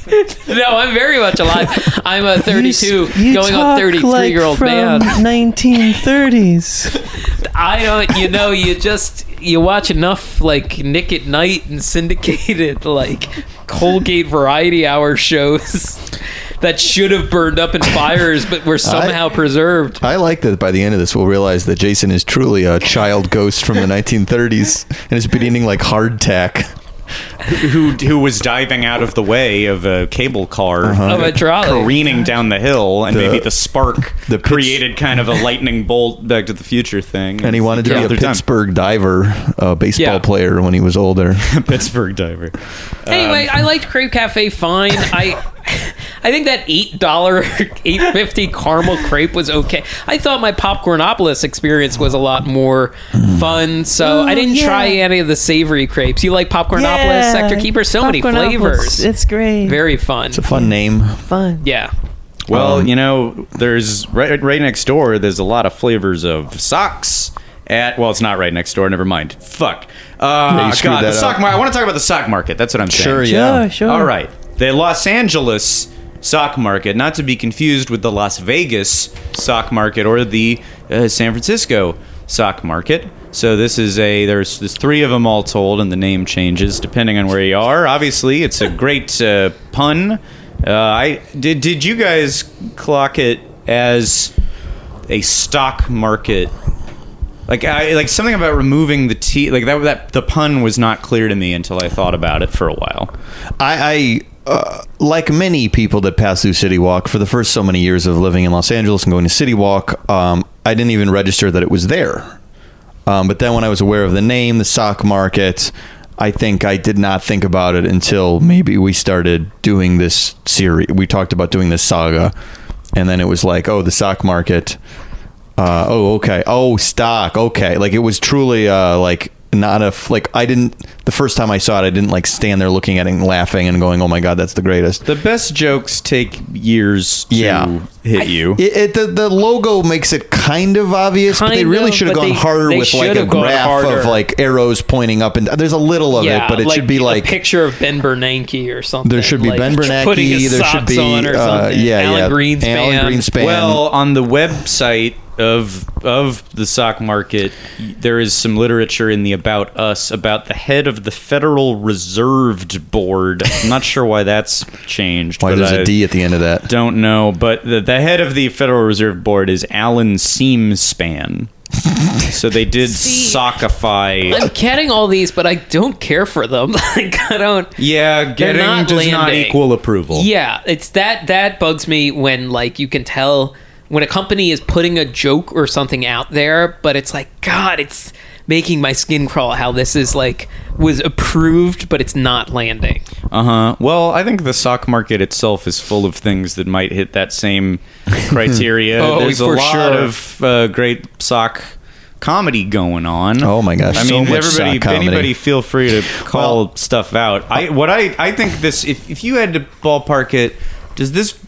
Speaker 4: No, I'm very much alive. I'm a 32,
Speaker 6: You s- you
Speaker 4: going
Speaker 6: talk
Speaker 4: on 33
Speaker 6: like
Speaker 4: year old
Speaker 6: from
Speaker 4: man.
Speaker 6: 1930s.
Speaker 4: I don't, you know, you just you watch enough like Nick at Night and syndicated like Colgate Variety Hour shows that should have burned up in fires, but were somehow preserved.
Speaker 3: I like that by the end of this, we'll realize that Jason is truly a child ghost from the 1930s and has been eating like hardtack.
Speaker 5: who who was diving out of the way of a cable car
Speaker 3: Uh-huh.
Speaker 4: Of a trolley.
Speaker 5: careening down the hill, and
Speaker 3: The-
Speaker 5: maybe the spark
Speaker 3: the pits-
Speaker 5: created kind of a lightning bolt Back to the Future thing.
Speaker 3: And he wanted to
Speaker 4: Yeah.
Speaker 3: be
Speaker 5: Other
Speaker 3: a
Speaker 5: time.
Speaker 3: Pittsburgh diver, a baseball
Speaker 4: Yeah.
Speaker 3: player when he was older.
Speaker 5: Pittsburgh diver.
Speaker 4: Anyway,
Speaker 6: Um,
Speaker 4: I liked Crepe Cafe fine. I I think that eight dollar, eight fifty caramel crepe was okay. I thought my popcornopolis experience was a lot more fun, so I didn't
Speaker 6: yeah.
Speaker 4: try any of the savory crepes. You like popcornopolis,
Speaker 6: Yeah.
Speaker 4: sector keeper, so many
Speaker 6: Popcornopolis.
Speaker 4: flavors.
Speaker 6: It's great.
Speaker 4: Very fun.
Speaker 3: It's a fun name.
Speaker 6: fun.
Speaker 4: Yeah.
Speaker 5: Well,
Speaker 3: Um,
Speaker 5: you know, there's right right next door. There's a lot of flavors of socks. At well, it's not right next door. Never mind. Fuck.
Speaker 3: you
Speaker 5: Uh,
Speaker 3: screwed
Speaker 5: God, the
Speaker 3: that
Speaker 5: stock
Speaker 3: up.
Speaker 5: market. I want to talk about the stock market. That's what I'm saying.
Speaker 3: Sure,
Speaker 6: Sure,
Speaker 3: yeah.
Speaker 6: sure.
Speaker 5: All right. The Los Angeles stock market, not to be confused with the Las Vegas stock market or the uh, San Francisco stock market. So this is a there's there's three of them all told, and the name changes depending on where you are. Obviously, it's a great uh, pun. Uh, I did did you guys clock it as a stock market like I like something about removing the t like that that the pun was not clear to me until I thought about it for a while.
Speaker 3: I, I uh, like many people that pass through City Walk for the first so many years of living in Los Angeles and going to City Walk, um, I didn't even register that it was there. Um, but then when I was aware of the name, the stock market, I think I did not think about it until maybe we started doing this series. We talked about doing this saga, and then it was like, oh, the stock market. Uh, oh, okay. Oh, stock. Okay. Like it was truly uh, like not a f- like I didn't the first time I saw it, I didn't like stand there looking at it and laughing and going, oh my god, that's the greatest.
Speaker 5: The best jokes take years to
Speaker 3: Yeah.
Speaker 5: hit you.
Speaker 3: It, it, the, the logo makes it kind of obvious, but they
Speaker 4: Kind
Speaker 3: really
Speaker 4: of,
Speaker 3: should have
Speaker 4: but
Speaker 3: gone
Speaker 4: they-
Speaker 3: harder
Speaker 4: they
Speaker 3: with like
Speaker 4: should
Speaker 3: a
Speaker 4: have gone
Speaker 3: graph
Speaker 4: harder.
Speaker 3: of like arrows pointing up and there's a little of it, but it should be
Speaker 4: a
Speaker 3: like
Speaker 4: picture of Ben Bernanke or something.
Speaker 3: there should be
Speaker 4: like,
Speaker 3: Ben
Speaker 4: putting his
Speaker 3: Bernanke, there should
Speaker 4: socks
Speaker 3: be
Speaker 4: on or
Speaker 3: uh,
Speaker 4: something.
Speaker 3: yeah,
Speaker 4: Alan
Speaker 3: yeah,
Speaker 4: Greenspan.
Speaker 3: Alan Greenspan.
Speaker 5: Well, on the website of of the stock market, there is some literature in the about us about the head of the Federal Reserved Board. I'm not sure why that's changed.
Speaker 3: why
Speaker 5: but
Speaker 3: there's
Speaker 4: uh,
Speaker 5: I
Speaker 3: a D at the end of that?
Speaker 5: Don't know, but the, the head of the Federal Reserve Board is Alan Seamspan. so they did
Speaker 4: See-
Speaker 5: sockify.
Speaker 4: I'm getting all these, but I don't care for them. like I don't.
Speaker 5: Yeah, getting
Speaker 4: not
Speaker 5: does not
Speaker 4: landing.
Speaker 5: equal approval.
Speaker 4: Yeah, it's that that bugs me when like you can tell when a company is putting a joke or something out there, but it's like God, it's making my skin crawl. How this is like was approved, but it's not landing.
Speaker 5: Uh huh.
Speaker 4: Uh-huh.
Speaker 5: Well, I think the stock market itself is full of things that might hit that same criteria.
Speaker 4: Oh,
Speaker 5: There's
Speaker 4: for
Speaker 5: a lot
Speaker 4: sure.
Speaker 5: of uh, great sock comedy going on.
Speaker 3: Oh my gosh,
Speaker 5: I
Speaker 3: so
Speaker 5: mean,
Speaker 3: much
Speaker 5: everybody,
Speaker 3: sock comedy.
Speaker 5: anybody, feel free to call stuff out.
Speaker 4: uh,
Speaker 5: I what I I think this if if you had to ballpark it, does this?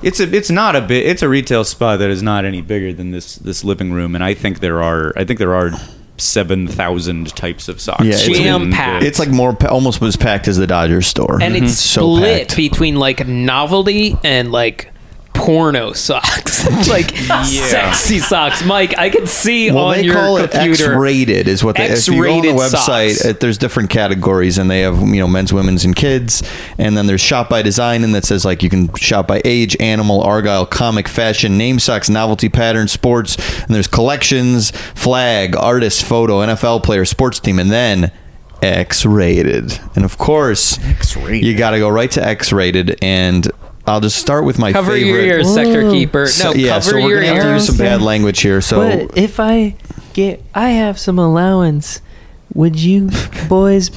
Speaker 5: It's a it's not a bit. It's a retail spot that is not any bigger than this this living room, and I think there are I think there are seven thousand types of socks.
Speaker 3: Yeah, it's-
Speaker 5: within the-
Speaker 4: Jam-packed.
Speaker 3: It's like more pa- almost as packed as the Dodgers store, Mm-hmm.
Speaker 4: and it's
Speaker 3: so
Speaker 4: split
Speaker 3: packed.
Speaker 4: between like novelty and like porno socks like sexy socks mike i can see
Speaker 3: Well,
Speaker 4: on
Speaker 3: they
Speaker 4: your
Speaker 3: call it
Speaker 4: computer
Speaker 3: X-rated, is what they. If you go on the
Speaker 4: X-rated
Speaker 3: website,
Speaker 4: socks.
Speaker 3: it, there's different categories, and they have you know men's, women's, and kids, and then there's shop by design, and that says like you can shop by age, animal, argyle, comic, fashion, name socks, novelty pattern, sports, and there's collections, flag, artist, photo, NFL player, sports team, and then. X-rated, and of course, X-rated. you got to go right to X-rated, and I'll just start with my
Speaker 4: cover
Speaker 3: favorite.
Speaker 4: your ears sector
Speaker 6: Whoa.
Speaker 4: keeper no
Speaker 3: So-
Speaker 4: cover
Speaker 3: yeah, so we're
Speaker 4: your
Speaker 3: gonna have to
Speaker 4: ears
Speaker 3: use some bad language here. So
Speaker 6: but if I get, I have some allowance. Would you boys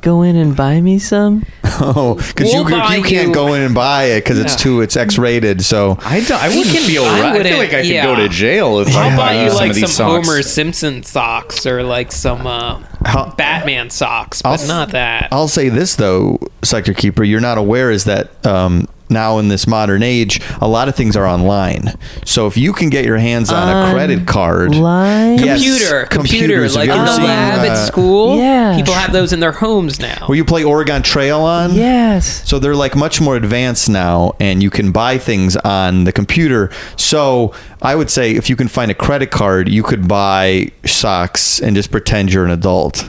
Speaker 6: go in and buy me some?
Speaker 3: Oh, because you,
Speaker 4: We'll buy
Speaker 3: you can't
Speaker 4: you-
Speaker 3: go in and buy it because it's
Speaker 4: Yeah.
Speaker 3: too it's X rated. So
Speaker 5: I, don't, I
Speaker 4: We
Speaker 5: wouldn't
Speaker 4: can-
Speaker 5: feel
Speaker 4: I
Speaker 5: right. I feel
Speaker 4: wouldn't-
Speaker 5: like I could
Speaker 4: yeah.
Speaker 5: go to jail if I
Speaker 4: I'll
Speaker 5: bought
Speaker 4: buy you
Speaker 5: some
Speaker 4: like
Speaker 5: of
Speaker 4: some
Speaker 5: these socks.
Speaker 4: Homer Simpson socks or like some uh,
Speaker 3: How-
Speaker 4: Batman socks, but
Speaker 3: I'll-
Speaker 4: not that.
Speaker 3: I'll say this though, Sector Keeper, you're not aware is that um, now in this modern age, a lot of things are online. So if you can get your hands on a credit card,
Speaker 6: Online?
Speaker 3: Yes,
Speaker 4: computer, computer,
Speaker 3: computers. Have
Speaker 4: like
Speaker 3: you
Speaker 4: in
Speaker 3: ever
Speaker 4: the
Speaker 3: seen,
Speaker 4: lab
Speaker 3: uh,
Speaker 4: at school.
Speaker 6: Yeah.
Speaker 4: people have those in their homes now.
Speaker 3: Will you play Oregon Trail on?
Speaker 6: Yes.
Speaker 3: So they're like much more advanced now, and you can buy things on the computer. So I would say if you can find a credit card, you could buy socks and just pretend you're an adult.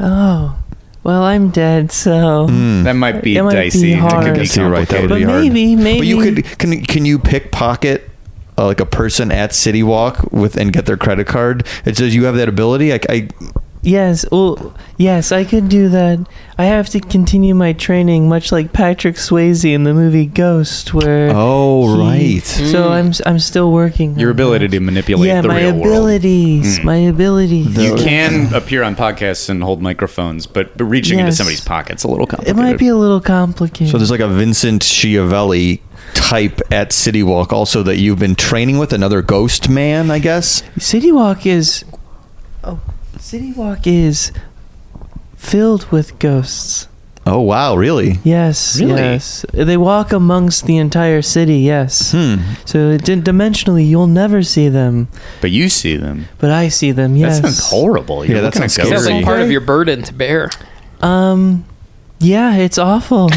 Speaker 6: Oh. Well, I'm dead, so.
Speaker 3: Mm.
Speaker 5: Hmm. That might be
Speaker 6: It might be
Speaker 5: dicey.
Speaker 6: hard.
Speaker 5: That could be
Speaker 6: I
Speaker 3: guess you're right. That would
Speaker 6: But
Speaker 3: be
Speaker 5: complicated.
Speaker 3: hard.
Speaker 6: maybe-
Speaker 3: But you
Speaker 6: maybe-
Speaker 3: could can can you pickpocket uh, like a person at City Walk with and get their credit card? It says you have that ability. I, I
Speaker 6: Yes, well, yes, I could do that. I have to continue my training, much like Patrick Swayze in the movie Ghost, where.
Speaker 3: Oh,
Speaker 6: he-
Speaker 3: right.
Speaker 6: So I'm, s- I'm still working.
Speaker 5: Mm. Your
Speaker 6: on
Speaker 5: ability to
Speaker 6: that.
Speaker 5: manipulate
Speaker 6: Yeah,
Speaker 5: the
Speaker 6: my
Speaker 5: real world.
Speaker 6: abilities.
Speaker 3: Mm.
Speaker 6: My abilities.
Speaker 5: You can appear on podcasts and hold microphones, but, but reaching into
Speaker 6: Yes.
Speaker 5: somebody's pocket's a little
Speaker 6: It
Speaker 5: complicated.
Speaker 6: might be a little complicated.
Speaker 3: so there's like a Vincent Schiavelli type at City Walk also that you've been training with another ghost man, I guess.
Speaker 6: City Walk is. Oh, City Walk is filled with ghosts.
Speaker 3: Oh wow, really?
Speaker 6: Yes,
Speaker 5: Really?
Speaker 6: yes. They walk amongst the entire city, yes.
Speaker 5: Hmm.
Speaker 6: So d- dimensionally, you'll never see them,
Speaker 5: But you see them.
Speaker 6: but I see them, yes.
Speaker 5: That sounds horrible. You're
Speaker 3: Yeah, that
Speaker 5: looking
Speaker 3: sounds
Speaker 5: at
Speaker 4: Sounds
Speaker 5: ghosts.
Speaker 4: like
Speaker 3: scary.
Speaker 4: part of your burden to bear.
Speaker 6: Um, yeah, it's awful.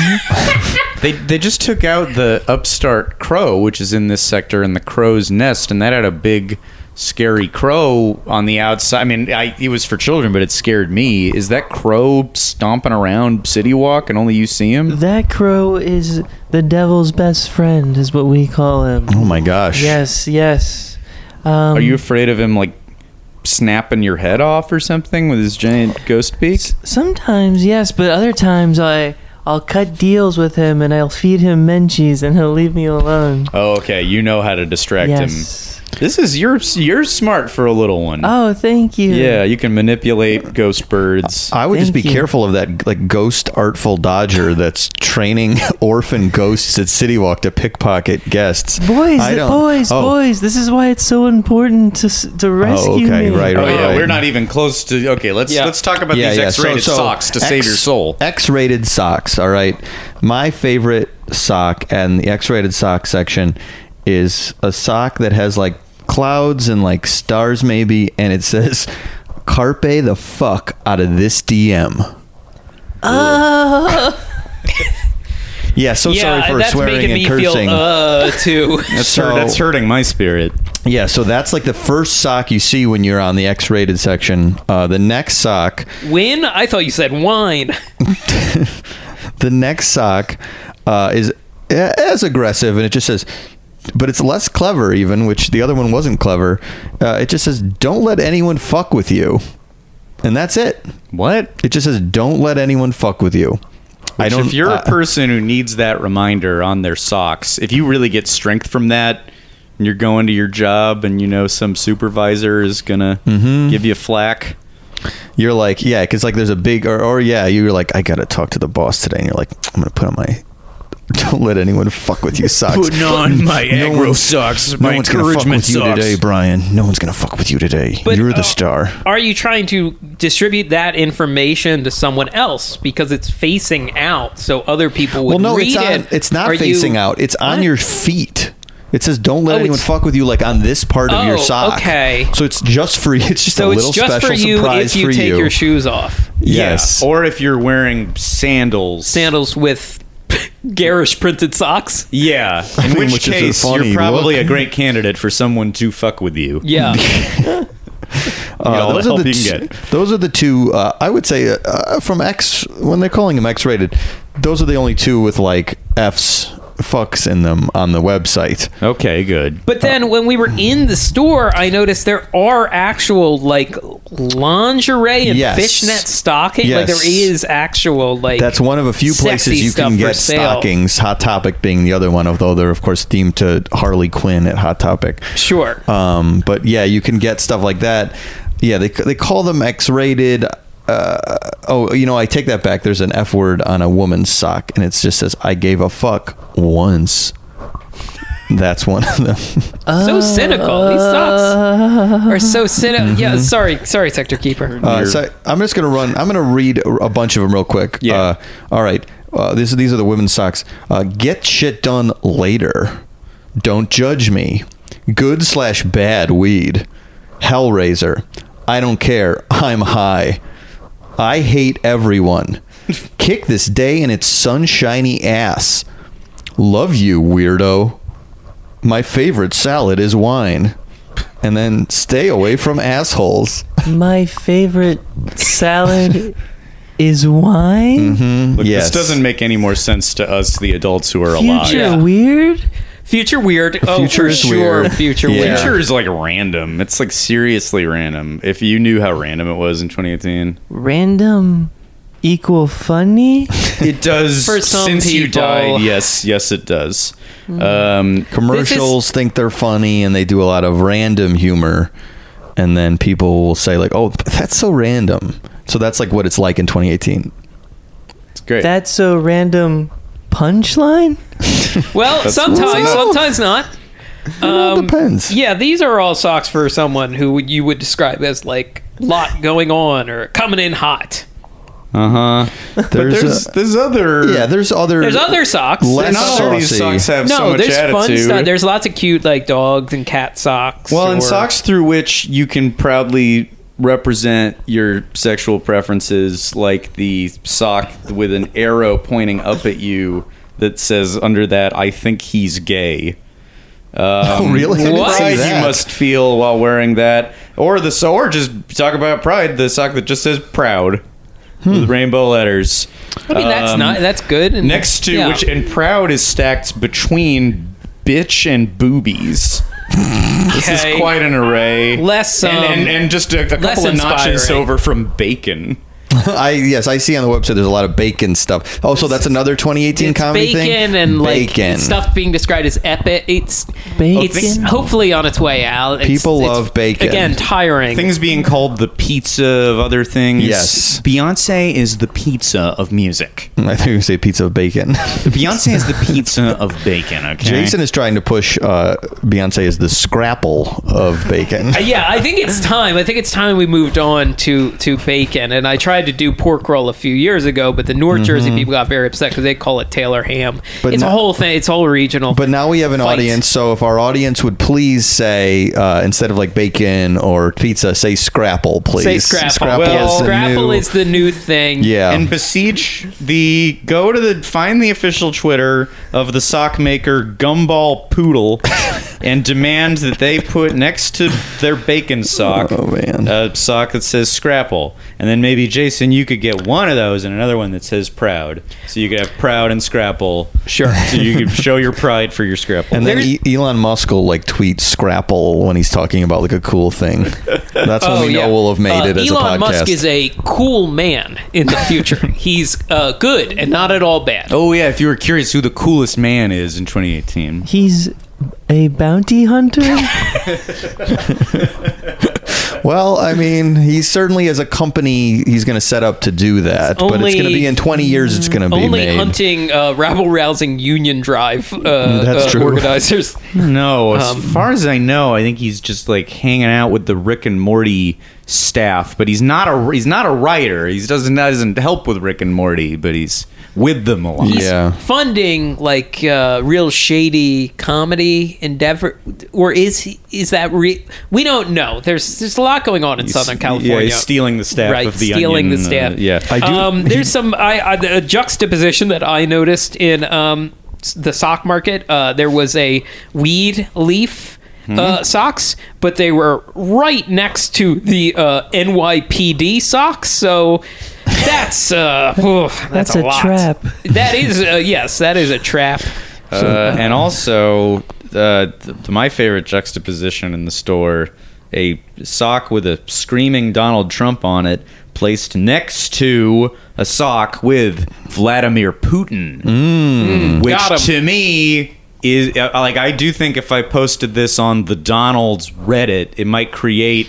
Speaker 5: They, they just took out the upstart crow, which is in this sector, and the crow's nest, and that had a big, scary crow on the outside. I mean, I, it was for children, but it scared me. Is that crow stomping around City Walk and only you see him?
Speaker 6: that crow is the devil's best friend, is what we call him.
Speaker 3: Oh my gosh.
Speaker 6: Yes, yes. Um,
Speaker 5: Are you afraid of him, like, snapping your head off or something with his giant ghost beak?
Speaker 6: Sometimes, yes, but other times I I'll cut deals with him and I'll feed him Menchie's and he'll leave me alone.
Speaker 5: Oh, okay. You know how to distract
Speaker 6: yes.
Speaker 5: him. This is you're you're smart for a little one.
Speaker 6: Oh, thank you.
Speaker 5: yeah, you can manipulate ghost birds.
Speaker 3: I would just be
Speaker 6: Thank you.
Speaker 3: careful of that like ghost artful dodger that's training orphan ghosts at City Walk to pickpocket guests.
Speaker 6: Boys,
Speaker 3: I don't-
Speaker 6: boys,
Speaker 3: oh,
Speaker 6: boys! This is why it's so important to s- to rescue
Speaker 3: okay,
Speaker 6: me.
Speaker 3: right,
Speaker 5: Oh
Speaker 3: right.
Speaker 5: yeah, we're not even close to. Okay, let's
Speaker 4: Yeah.
Speaker 5: let's talk about these
Speaker 3: So-
Speaker 5: X-rated
Speaker 3: so
Speaker 5: socks to
Speaker 3: X-
Speaker 5: save your soul.
Speaker 3: X-rated socks. All right, my favorite sock and the X-rated sock section is a sock that has like clouds and like stars maybe, and it says "Carpe the fuck out of this DM." Oh. yeah. So sorry for
Speaker 4: Oh. that's
Speaker 3: swearing
Speaker 4: making
Speaker 3: and
Speaker 4: me
Speaker 3: cursing.
Speaker 4: feel uh too.
Speaker 5: That's,
Speaker 3: So-
Speaker 5: hurt- that's hurting my spirit.
Speaker 3: Yeah, so that's like the first sock you see when you're on the X-rated section. Uh, the next sock,
Speaker 4: Win? I thought you said wine.
Speaker 3: the next sock uh, is a- as aggressive, and it just says, but it's less clever even, which the other one wasn't clever. Uh, it just says, "Don't let anyone fuck with you," and that's it.
Speaker 5: What?
Speaker 3: It just says, "Don't let anyone fuck with you." I
Speaker 5: Which
Speaker 3: don't.
Speaker 5: if you're
Speaker 3: uh,
Speaker 5: a person who needs that reminder on their socks, if you really get strength from that, and you're going to your job, and you know some supervisor is gonna
Speaker 3: Mm-hmm.
Speaker 5: give you flack.
Speaker 3: you're like, yeah, because like there's a big or, or yeah, you're like, I gotta talk to the boss today, and you're like, I'm gonna put on my. Don't let anyone fuck with you socks.
Speaker 5: on my
Speaker 3: aggro
Speaker 5: socks,
Speaker 3: no one's gonna fuck with you today, Brian. No one's gonna fuck with you today.
Speaker 4: But,
Speaker 3: You're the
Speaker 4: uh,
Speaker 3: star.
Speaker 4: Are you trying to distribute that information to someone else because it's facing out so other people
Speaker 3: Well,
Speaker 4: would
Speaker 3: no,
Speaker 4: read
Speaker 3: it's on,
Speaker 4: it?
Speaker 3: it's not
Speaker 4: Are you-
Speaker 3: facing out. It's on
Speaker 4: What?
Speaker 3: your feet. It says, "Don't let
Speaker 4: Oh,
Speaker 3: anyone
Speaker 4: it's-
Speaker 3: fuck with you," like on this part of your
Speaker 4: Oh,
Speaker 3: sock.
Speaker 4: okay.
Speaker 3: So it's just for you. It's just a
Speaker 4: So
Speaker 3: little
Speaker 4: it's just
Speaker 3: special
Speaker 4: for you
Speaker 3: surprise
Speaker 4: if you
Speaker 3: for
Speaker 4: take
Speaker 3: you.
Speaker 4: your shoes off.
Speaker 3: yes.
Speaker 5: Or if you're wearing sandals.
Speaker 4: Sandals with garish printed socks.
Speaker 5: Yeah. In
Speaker 3: mean,
Speaker 5: which,
Speaker 3: which is a
Speaker 5: case,
Speaker 3: funny
Speaker 5: you're probably
Speaker 3: look.
Speaker 5: a great candidate for someone to fuck with you.
Speaker 4: Yeah.
Speaker 5: You know,
Speaker 3: Uh,
Speaker 5: all the
Speaker 3: those are
Speaker 5: help
Speaker 3: the
Speaker 5: you can
Speaker 3: t-
Speaker 5: get.
Speaker 3: those are the two. Uh, I would say uh, uh, from X when they're calling them X-rated, those are the only two with like F's fucks in them on the website.
Speaker 5: Okay, good.
Speaker 4: But then when we were in the store, I noticed there are actual like lingerie and
Speaker 3: Yes.
Speaker 4: fishnet stocking.
Speaker 3: Yes.
Speaker 4: Like there is actual like
Speaker 3: That's one of a few places
Speaker 4: sexy
Speaker 3: you
Speaker 4: stuff
Speaker 3: can
Speaker 4: for
Speaker 3: get
Speaker 4: sale.
Speaker 3: stockings. Hot Topic being the other one, although they're of course themed to Harley Quinn at Hot Topic.
Speaker 4: Sure.
Speaker 3: Um, but yeah, you can get stuff like that. Yeah, they they call them X-rated. Uh, oh, you know, I take that back. There's an F word on a woman's sock, and it just says "I gave a fuck once." That's one of them.
Speaker 4: so cynical. These socks are so cynical. Yeah, sorry, sorry, sector keeper.
Speaker 3: Mm-hmm. Uh, so I'm just gonna run. I'm gonna read a bunch of them real quick.
Speaker 5: Yeah.
Speaker 3: Uh, all right. Uh, this these are the women's socks. Uh, get shit done later. Don't judge me. Good slash bad weed. Hellraiser. I don't care. I'm high. I hate everyone. Kick this day in its sunshiny ass. Love you, weirdo. My favorite salad is wine. And then stay away from assholes.
Speaker 6: My favorite salad is wine.
Speaker 3: Mm-hmm.
Speaker 5: Look,
Speaker 3: yes.
Speaker 5: This doesn't make any more sense to us, the adults who are alive.
Speaker 6: Future weird.
Speaker 4: Future weird. Oh,
Speaker 3: Future
Speaker 4: for
Speaker 3: is
Speaker 4: sure.
Speaker 3: weird.
Speaker 4: Future
Speaker 3: Yeah.
Speaker 4: weird.
Speaker 5: Future is like random. It's like seriously random. If you knew how random it was in 2018,
Speaker 6: Random equal funny.
Speaker 5: it does.
Speaker 4: For some
Speaker 5: since you
Speaker 4: people.
Speaker 5: died, yes, yes, it does. Um,
Speaker 3: commercials think they're funny and they do a lot of random humor and then people will say like oh that's so random so that's like what it's like in 2018
Speaker 5: it's great.
Speaker 6: That's so random. Punchline.
Speaker 4: Well, sometimes, sometimes not.
Speaker 3: it all depends
Speaker 4: Um, Yeah, these are all socks for someone who would- you would describe as like lot going on or coming in hot.
Speaker 5: uh huh. But
Speaker 3: there's,
Speaker 5: there's
Speaker 3: uh,
Speaker 5: there's other.
Speaker 3: yeah there's other
Speaker 4: There's other socks.
Speaker 3: Less
Speaker 4: There's
Speaker 5: not all these
Speaker 3: saucy.
Speaker 5: socks have
Speaker 4: no,
Speaker 5: so much
Speaker 4: there's
Speaker 5: attitude.
Speaker 4: fun stuff. There's lots of cute like dogs and cat socks.
Speaker 5: Well,
Speaker 4: or-
Speaker 5: and socks through which you can proudly represent your sexual preferences, like the sock with an arrow pointing up at you that says under that, "I think he's gay." Um,
Speaker 3: really I didn't
Speaker 4: What?
Speaker 3: see
Speaker 5: Pride you
Speaker 3: that.
Speaker 5: must feel while wearing that, or the so, or just talk about pride. The sock that just says "proud"
Speaker 3: Hmm.
Speaker 5: with rainbow letters.
Speaker 4: I mean, that's
Speaker 5: Um,
Speaker 4: not that's good. And,
Speaker 5: Next to
Speaker 4: yeah.
Speaker 5: which, and proud is stacked between bitch and boobies. This is
Speaker 4: Okay.
Speaker 5: quite an array.
Speaker 4: Less,
Speaker 5: and,
Speaker 4: um,
Speaker 5: and, and just a, a couple of notches
Speaker 4: inspiring.
Speaker 5: over from bacon.
Speaker 3: I yes, I see on the website. There's a lot of bacon stuff. Oh, so that's another 2018
Speaker 4: It's
Speaker 3: comedy
Speaker 4: bacon
Speaker 3: thing.
Speaker 4: and like
Speaker 3: Bacon.
Speaker 4: stuff being described as epic. It's
Speaker 6: Bacon?
Speaker 4: It's hopefully on its way out. It's-
Speaker 3: People
Speaker 4: it's,
Speaker 3: love bacon.
Speaker 4: Again, tiring.
Speaker 5: Things being called the pizza of other things.
Speaker 3: Yes.
Speaker 5: Beyonce is the pizza of music.
Speaker 3: I think we say pizza of bacon.
Speaker 5: Beyonce is the pizza of bacon, okay?
Speaker 3: Jason is trying to push uh, Beyonce as the scrapple of bacon.
Speaker 4: Uh, yeah, I think it's time. I think it's time we moved on to to bacon. And I tried to do pork roll a few years ago, but the North Jersey people got very upset because they call it Taylor ham.
Speaker 3: Mm-hmm. But
Speaker 4: it's
Speaker 3: no-
Speaker 4: a whole thing. It's all regional.
Speaker 3: But now we have an
Speaker 4: Fight.
Speaker 3: audience, so if our audience would please say uh, instead of like bacon or pizza, say scrapple, please.
Speaker 4: say scrapple.
Speaker 5: Well,
Speaker 3: the
Speaker 4: scrapple
Speaker 3: new-
Speaker 4: is the new thing.
Speaker 3: yeah.
Speaker 5: and besiege the go to the find the official Twitter of the sock maker Gumball Poodle and demand that they put next to their bacon sock
Speaker 3: Oh, man.
Speaker 4: Uh,
Speaker 5: a sock that says Scrapple, and then maybe Jason you could get one of those and another one that says Proud, so you could have Proud and Scrapple.
Speaker 4: Sure.
Speaker 5: So you could show your pride for your Scrapple.
Speaker 3: and then e- Elon Musk will like tweet scrapple when he's talking about like a cool thing. That's when we know we'll have made
Speaker 4: Uh,
Speaker 3: it as
Speaker 4: Elon
Speaker 3: a podcast.
Speaker 4: Musk is a cool man in the future. He's uh, good and not at all bad.
Speaker 5: Oh yeah, if you were curious who the coolest man is in 2018,
Speaker 6: He's a bounty hunter.
Speaker 3: Well, I mean, he certainly as a company he's going to set up to do that, but it's
Speaker 4: only-
Speaker 3: going to be in 20 years it's going to be
Speaker 4: Only
Speaker 3: made.
Speaker 4: hunting uh, rabble rousing union drive uh,
Speaker 3: That's
Speaker 4: uh,
Speaker 3: true.
Speaker 4: organizers.
Speaker 5: No, as
Speaker 4: Um,
Speaker 5: far as I know, I think he's just like hanging out with the Rick and Morty staff, but he's not a he's not a writer. He doesn't doesn't help with Rick and Morty, but he's with them a lot.
Speaker 3: yeah.
Speaker 4: funding like uh, real shady comedy endeavor, or is he, is that re- we don't know. There's there's a lot going on in
Speaker 5: He's-
Speaker 4: Southern
Speaker 5: Yeah,
Speaker 4: California.
Speaker 5: he's stealing the staff
Speaker 4: right,
Speaker 5: of the
Speaker 4: stealing
Speaker 5: Onion,
Speaker 4: the staff.
Speaker 5: uh, yeah,
Speaker 3: I do-
Speaker 4: um, there's some I, I, a juxtaposition that I noticed in um, s- the sock market. Uh, there was a weed leaf. Uh, socks, but they were right next to the uh, NYPD socks, so that's uh, oof, that's,
Speaker 6: That's a
Speaker 4: lot.
Speaker 6: trap.
Speaker 4: That is uh, yes, that is a trap.
Speaker 5: Uh, and also, uh, th- my favorite juxtaposition in the store: a sock with a screaming Donald Trump on it, placed next to a sock with Vladimir Putin,
Speaker 4: Got him.
Speaker 5: which to me is uh, like I do think if I posted this on the Donald's Reddit, it might create.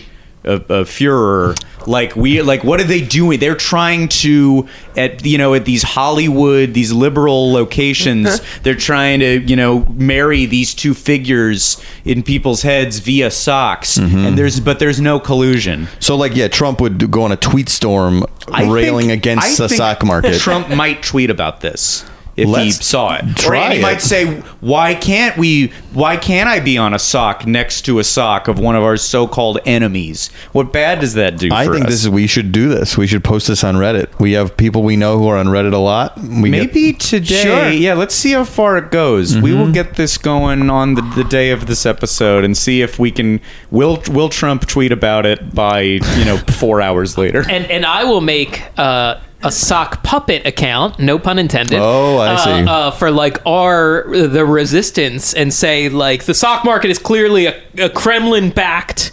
Speaker 5: A, a furor like we like what are they doing they're trying to at you know at these hollywood these liberal locations they're trying to you know marry these two figures in people's heads via socks and there's but there's no collusion
Speaker 3: So like yeah, Trump would go on a tweet storm
Speaker 5: I
Speaker 3: railing
Speaker 5: think-
Speaker 3: against
Speaker 5: I
Speaker 3: the
Speaker 5: think
Speaker 3: stock market.
Speaker 5: Trump might tweet about this if he
Speaker 3: Let's
Speaker 5: saw it.
Speaker 3: try
Speaker 5: or he
Speaker 3: it.
Speaker 5: might say, "Why can't we? Why can't I be on a sock next to a sock of one of our so-called enemies? What bad does that do?"
Speaker 3: I
Speaker 5: for
Speaker 3: think
Speaker 5: us?
Speaker 3: this is we should do this. We should post this on Reddit. We have people we know who are on Reddit a lot. We get-
Speaker 5: Maybe today,
Speaker 3: Sure.
Speaker 5: yeah. Let's see how far it goes. We
Speaker 3: Mm-hmm.
Speaker 5: will get this going on the, the day of this episode and see if we can. Will Will Trump tweet about it by you know four hours later?
Speaker 4: And and I will make uh, a sock puppet account, no pun intended.
Speaker 3: Oh, I
Speaker 4: uh,
Speaker 3: see.
Speaker 4: Uh, for like our the resistance and say like the sock market is clearly a, a Kremlin backed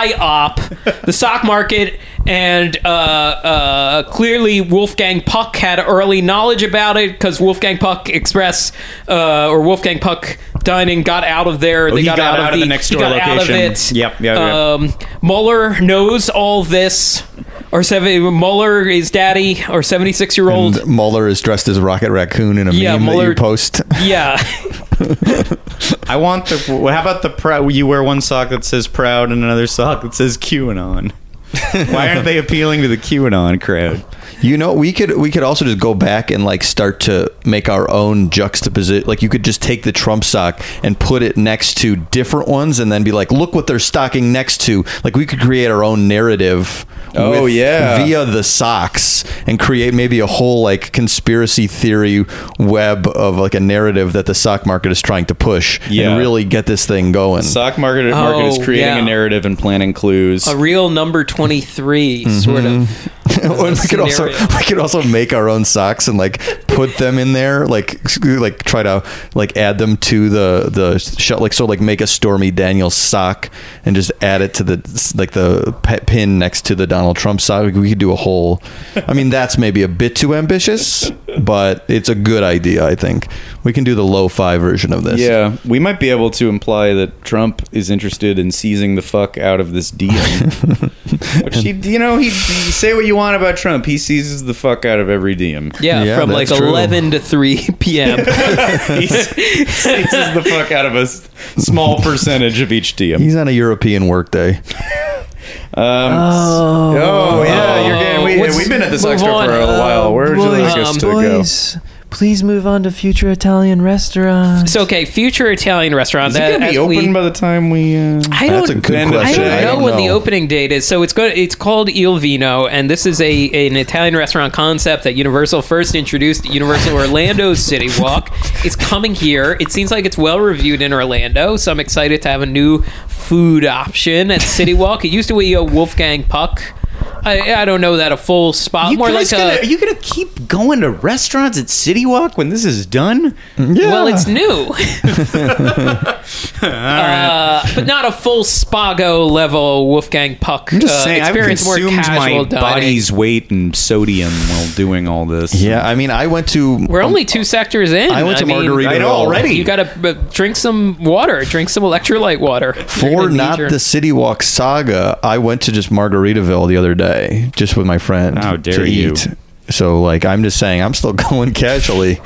Speaker 4: psyop. the sock market and uh, uh, clearly Wolfgang Puck had early knowledge about it because Wolfgang Puck Express uh, or Wolfgang Puck dining got out of there. They
Speaker 5: Oh, he got out of the next
Speaker 4: he
Speaker 5: door
Speaker 4: got out of
Speaker 5: location.
Speaker 4: it.
Speaker 5: Yep, yep, yep.
Speaker 4: Um, Mueller knows all this. Or seven, Mueller is daddy, or seventy-six year old.
Speaker 3: and Mueller is dressed as a rocket raccoon in a
Speaker 4: Yeah,
Speaker 3: meme that you
Speaker 4: Mueller-
Speaker 3: post.
Speaker 4: Yeah,
Speaker 5: I want the. How about the proud? You wear one sock that says proud and another sock that says QAnon. Why aren't they appealing to the QAnon crowd?
Speaker 3: You know, we could we could also just go back and like start to make our own juxtaposition. Like you could just take the Trump sock and put it next to different ones, and then be like, look what they're stocking next to. Like we could create our own narrative.
Speaker 5: Oh, yeah.
Speaker 3: via the socks and create maybe a whole like conspiracy theory web of like a narrative that the sock market is trying to push
Speaker 5: Yeah.
Speaker 3: and really get this thing going.
Speaker 5: Sock market market
Speaker 4: Oh,
Speaker 5: is creating
Speaker 4: yeah.
Speaker 5: a narrative and planting clues.
Speaker 4: Mm-hmm. a real number 23 sort of.
Speaker 3: and we could also
Speaker 4: Scenario.
Speaker 3: we could also make our own socks and like put them in there, like sc- like try to like add them to the the shut like so like make a Stormy Daniels sock and just add it to the like the pe- pin next to the Donald Trump sock. We could do a whole. I mean, that's maybe a bit too ambitious, but it's a good idea. I think we can do the lo-fi version of this.
Speaker 5: Yeah, we might be able to imply that Trump is interested in seizing the fuck out of this deal. Which he, you know, he say what you want about Trump, he seizes the fuck out of every DM.
Speaker 4: Yeah,
Speaker 3: Yeah,
Speaker 4: from like
Speaker 3: that's true.
Speaker 4: 11 to 3 p.m.
Speaker 5: he seizes the fuck out of a s- small percentage of each DM.
Speaker 3: He's on a European workday.
Speaker 5: Um,
Speaker 6: Oh.
Speaker 5: oh Um, yeah, you're getting, we,
Speaker 4: What's-
Speaker 5: we've been at this
Speaker 4: move
Speaker 5: extra
Speaker 4: on.
Speaker 5: for a while. Where would you like
Speaker 4: boys,
Speaker 5: us to go?
Speaker 6: Boys, please move on to future Italian restaurants.
Speaker 4: so, okay, future Italian restaurant.
Speaker 5: Is it
Speaker 4: that
Speaker 5: gonna be
Speaker 4: as
Speaker 5: open
Speaker 4: we-
Speaker 5: by the time we? Uh,
Speaker 4: I don't,
Speaker 3: That's a good
Speaker 5: Man,
Speaker 4: I
Speaker 3: question.
Speaker 4: don't know
Speaker 5: I don't
Speaker 4: when the opening date is. So it's good. It's called Il Vino, and this is a an Italian restaurant concept that Universal first introduced at Universal Orlando's City Walk. It's coming here. It seems like it's well reviewed in Orlando, so I'm excited to have a new food option at City Walk. It used to be a Wolfgang Puck. I, I don't know that a full spot,
Speaker 5: you
Speaker 4: more like
Speaker 5: guys gonna,
Speaker 4: a.
Speaker 5: are you gonna keep going to restaurants at City Walk when this is done?
Speaker 4: Well, it's new, uh, but not a full Spago level Wolfgang Puck.
Speaker 5: I'm just
Speaker 4: uh,
Speaker 5: saying, I've
Speaker 4: experience, more
Speaker 5: consumed
Speaker 4: casual
Speaker 5: my
Speaker 4: dining.
Speaker 5: body's weight and sodium while doing all this.
Speaker 3: Yeah, I mean, I went to
Speaker 4: We're only two sectors in.
Speaker 3: I went to
Speaker 4: mean,
Speaker 3: Margaritaville
Speaker 5: Um, I know already.
Speaker 4: You gotta uh, drink some water. Drink some electrolyte water. You're
Speaker 3: For
Speaker 4: gonna need
Speaker 3: not
Speaker 4: your-
Speaker 3: the City Walk saga, I went to just Margaritaville the other day, just with my friend.
Speaker 5: How dare
Speaker 3: to
Speaker 5: you.
Speaker 3: Eat. So like, I'm just saying, I'm still going casually.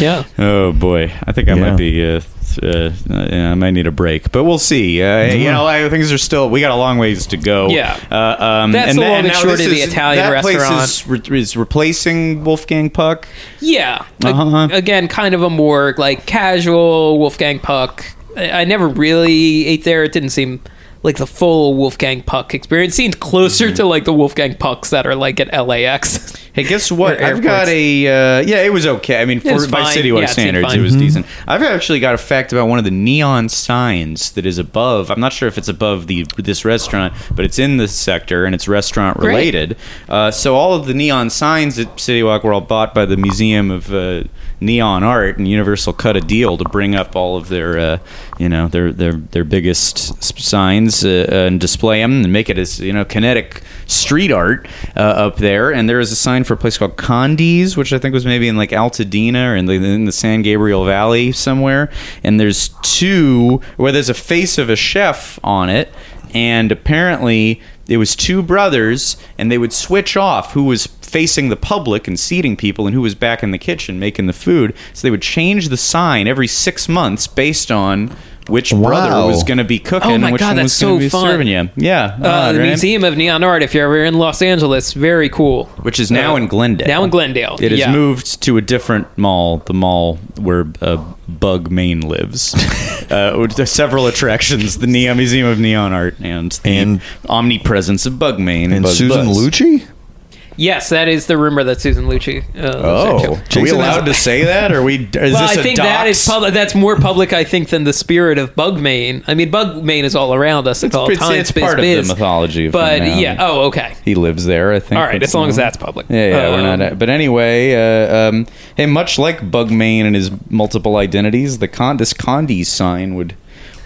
Speaker 4: Yeah.
Speaker 5: Oh boy, I think I
Speaker 3: Yeah.
Speaker 5: might be. Uh, uh, yeah, I might need a break, but we'll see. Uh, you know, I, things are still. We got a long ways to go.
Speaker 4: Yeah.
Speaker 5: uh, um,
Speaker 4: That's the
Speaker 5: then-
Speaker 4: long and
Speaker 5: now
Speaker 4: short
Speaker 5: this
Speaker 4: of the
Speaker 5: is-
Speaker 4: Italian
Speaker 5: that
Speaker 4: restaurant.
Speaker 5: Place is, re- is replacing Wolfgang Puck.
Speaker 4: Yeah. A-
Speaker 5: Uh-huh.
Speaker 4: Again, kind of a more like casual Wolfgang Puck. I I never really ate there. It didn't seem like the full Wolfgang Puck experience. It seemed closer to like the Wolfgang Pucks that are like at LAX.
Speaker 5: Mm-hmm. Hey, guess what?
Speaker 4: Or
Speaker 5: I've got
Speaker 4: airports.
Speaker 5: a uh, yeah. It was okay. I mean, for,
Speaker 4: was
Speaker 5: by
Speaker 4: fine.
Speaker 5: citywide
Speaker 4: Yeah, it seemed
Speaker 5: standards,
Speaker 4: fine.
Speaker 5: it was decent. I've actually got a fact about one of the neon signs that is above. I'm not sure if it's above the this restaurant, but it's in this sector and it's restaurant
Speaker 4: Great.
Speaker 5: related. Uh, so all of the neon signs at City Walk were all bought by the Museum of uh, Neon Art, and Universal cut a deal to bring up all of their uh, you know their their their biggest s- signs uh, uh, and display them and make it as you know kinetic street art uh, up there. And there is a sign for a place called Condi's, which I think was maybe in like Altadena or in the, in the San Gabriel Valley somewhere. And there's two where there's a face of a chef on it, and apparently it was two brothers, and they would switch off who was facing the public and seating people and who was back in the kitchen making the food. So they would change the sign every six months based on. Which brother
Speaker 3: Wow.
Speaker 5: was going to be cooking?
Speaker 4: Oh my
Speaker 5: and which
Speaker 4: God,
Speaker 5: one
Speaker 4: that's
Speaker 5: was gonna
Speaker 4: so
Speaker 5: be
Speaker 4: fun.
Speaker 5: serving you? Yeah,
Speaker 4: Uh,
Speaker 5: odd,
Speaker 4: the
Speaker 5: right?
Speaker 4: Museum of Neon Art. If you're ever in Los Angeles, very cool.
Speaker 5: which is now
Speaker 4: Uh,
Speaker 5: in Glendale.
Speaker 4: Now in Glendale.
Speaker 5: It has
Speaker 4: yeah.
Speaker 5: moved to a different mall, the mall where uh, Bug Main lives. uh, with the several attractions: the Neon Museum of Neon Art and the
Speaker 3: And-
Speaker 5: omnipresence of Bug Main
Speaker 3: And
Speaker 5: Buzz
Speaker 3: Susan
Speaker 5: Buzz.
Speaker 3: Lucci.
Speaker 4: Yes, that is the rumor that Susan Lucci. Uh,
Speaker 5: Oh, are we
Speaker 3: Jason has-
Speaker 5: allowed to say that? Or we? Is
Speaker 4: Well,
Speaker 5: this
Speaker 4: I
Speaker 5: a
Speaker 4: think that
Speaker 5: dox?
Speaker 4: is public. That's more public, I think, than the spirit of Bugmain. I mean, Bugmain is all around us at all
Speaker 5: it's-
Speaker 4: times.
Speaker 5: it's
Speaker 4: biz,
Speaker 5: part of the
Speaker 4: biz.
Speaker 5: mythology of
Speaker 4: But
Speaker 5: Bugmain.
Speaker 4: yeah. Oh, okay.
Speaker 5: He lives there, I think. Mm-hmm.
Speaker 4: All right.
Speaker 5: It's
Speaker 4: As long as
Speaker 5: not-
Speaker 4: that's public.
Speaker 5: Yeah, yeah, we're
Speaker 4: Um,
Speaker 5: not. But anyway, uh, um, hey, much like Bugmain and his multiple identities, the con this Condi sign would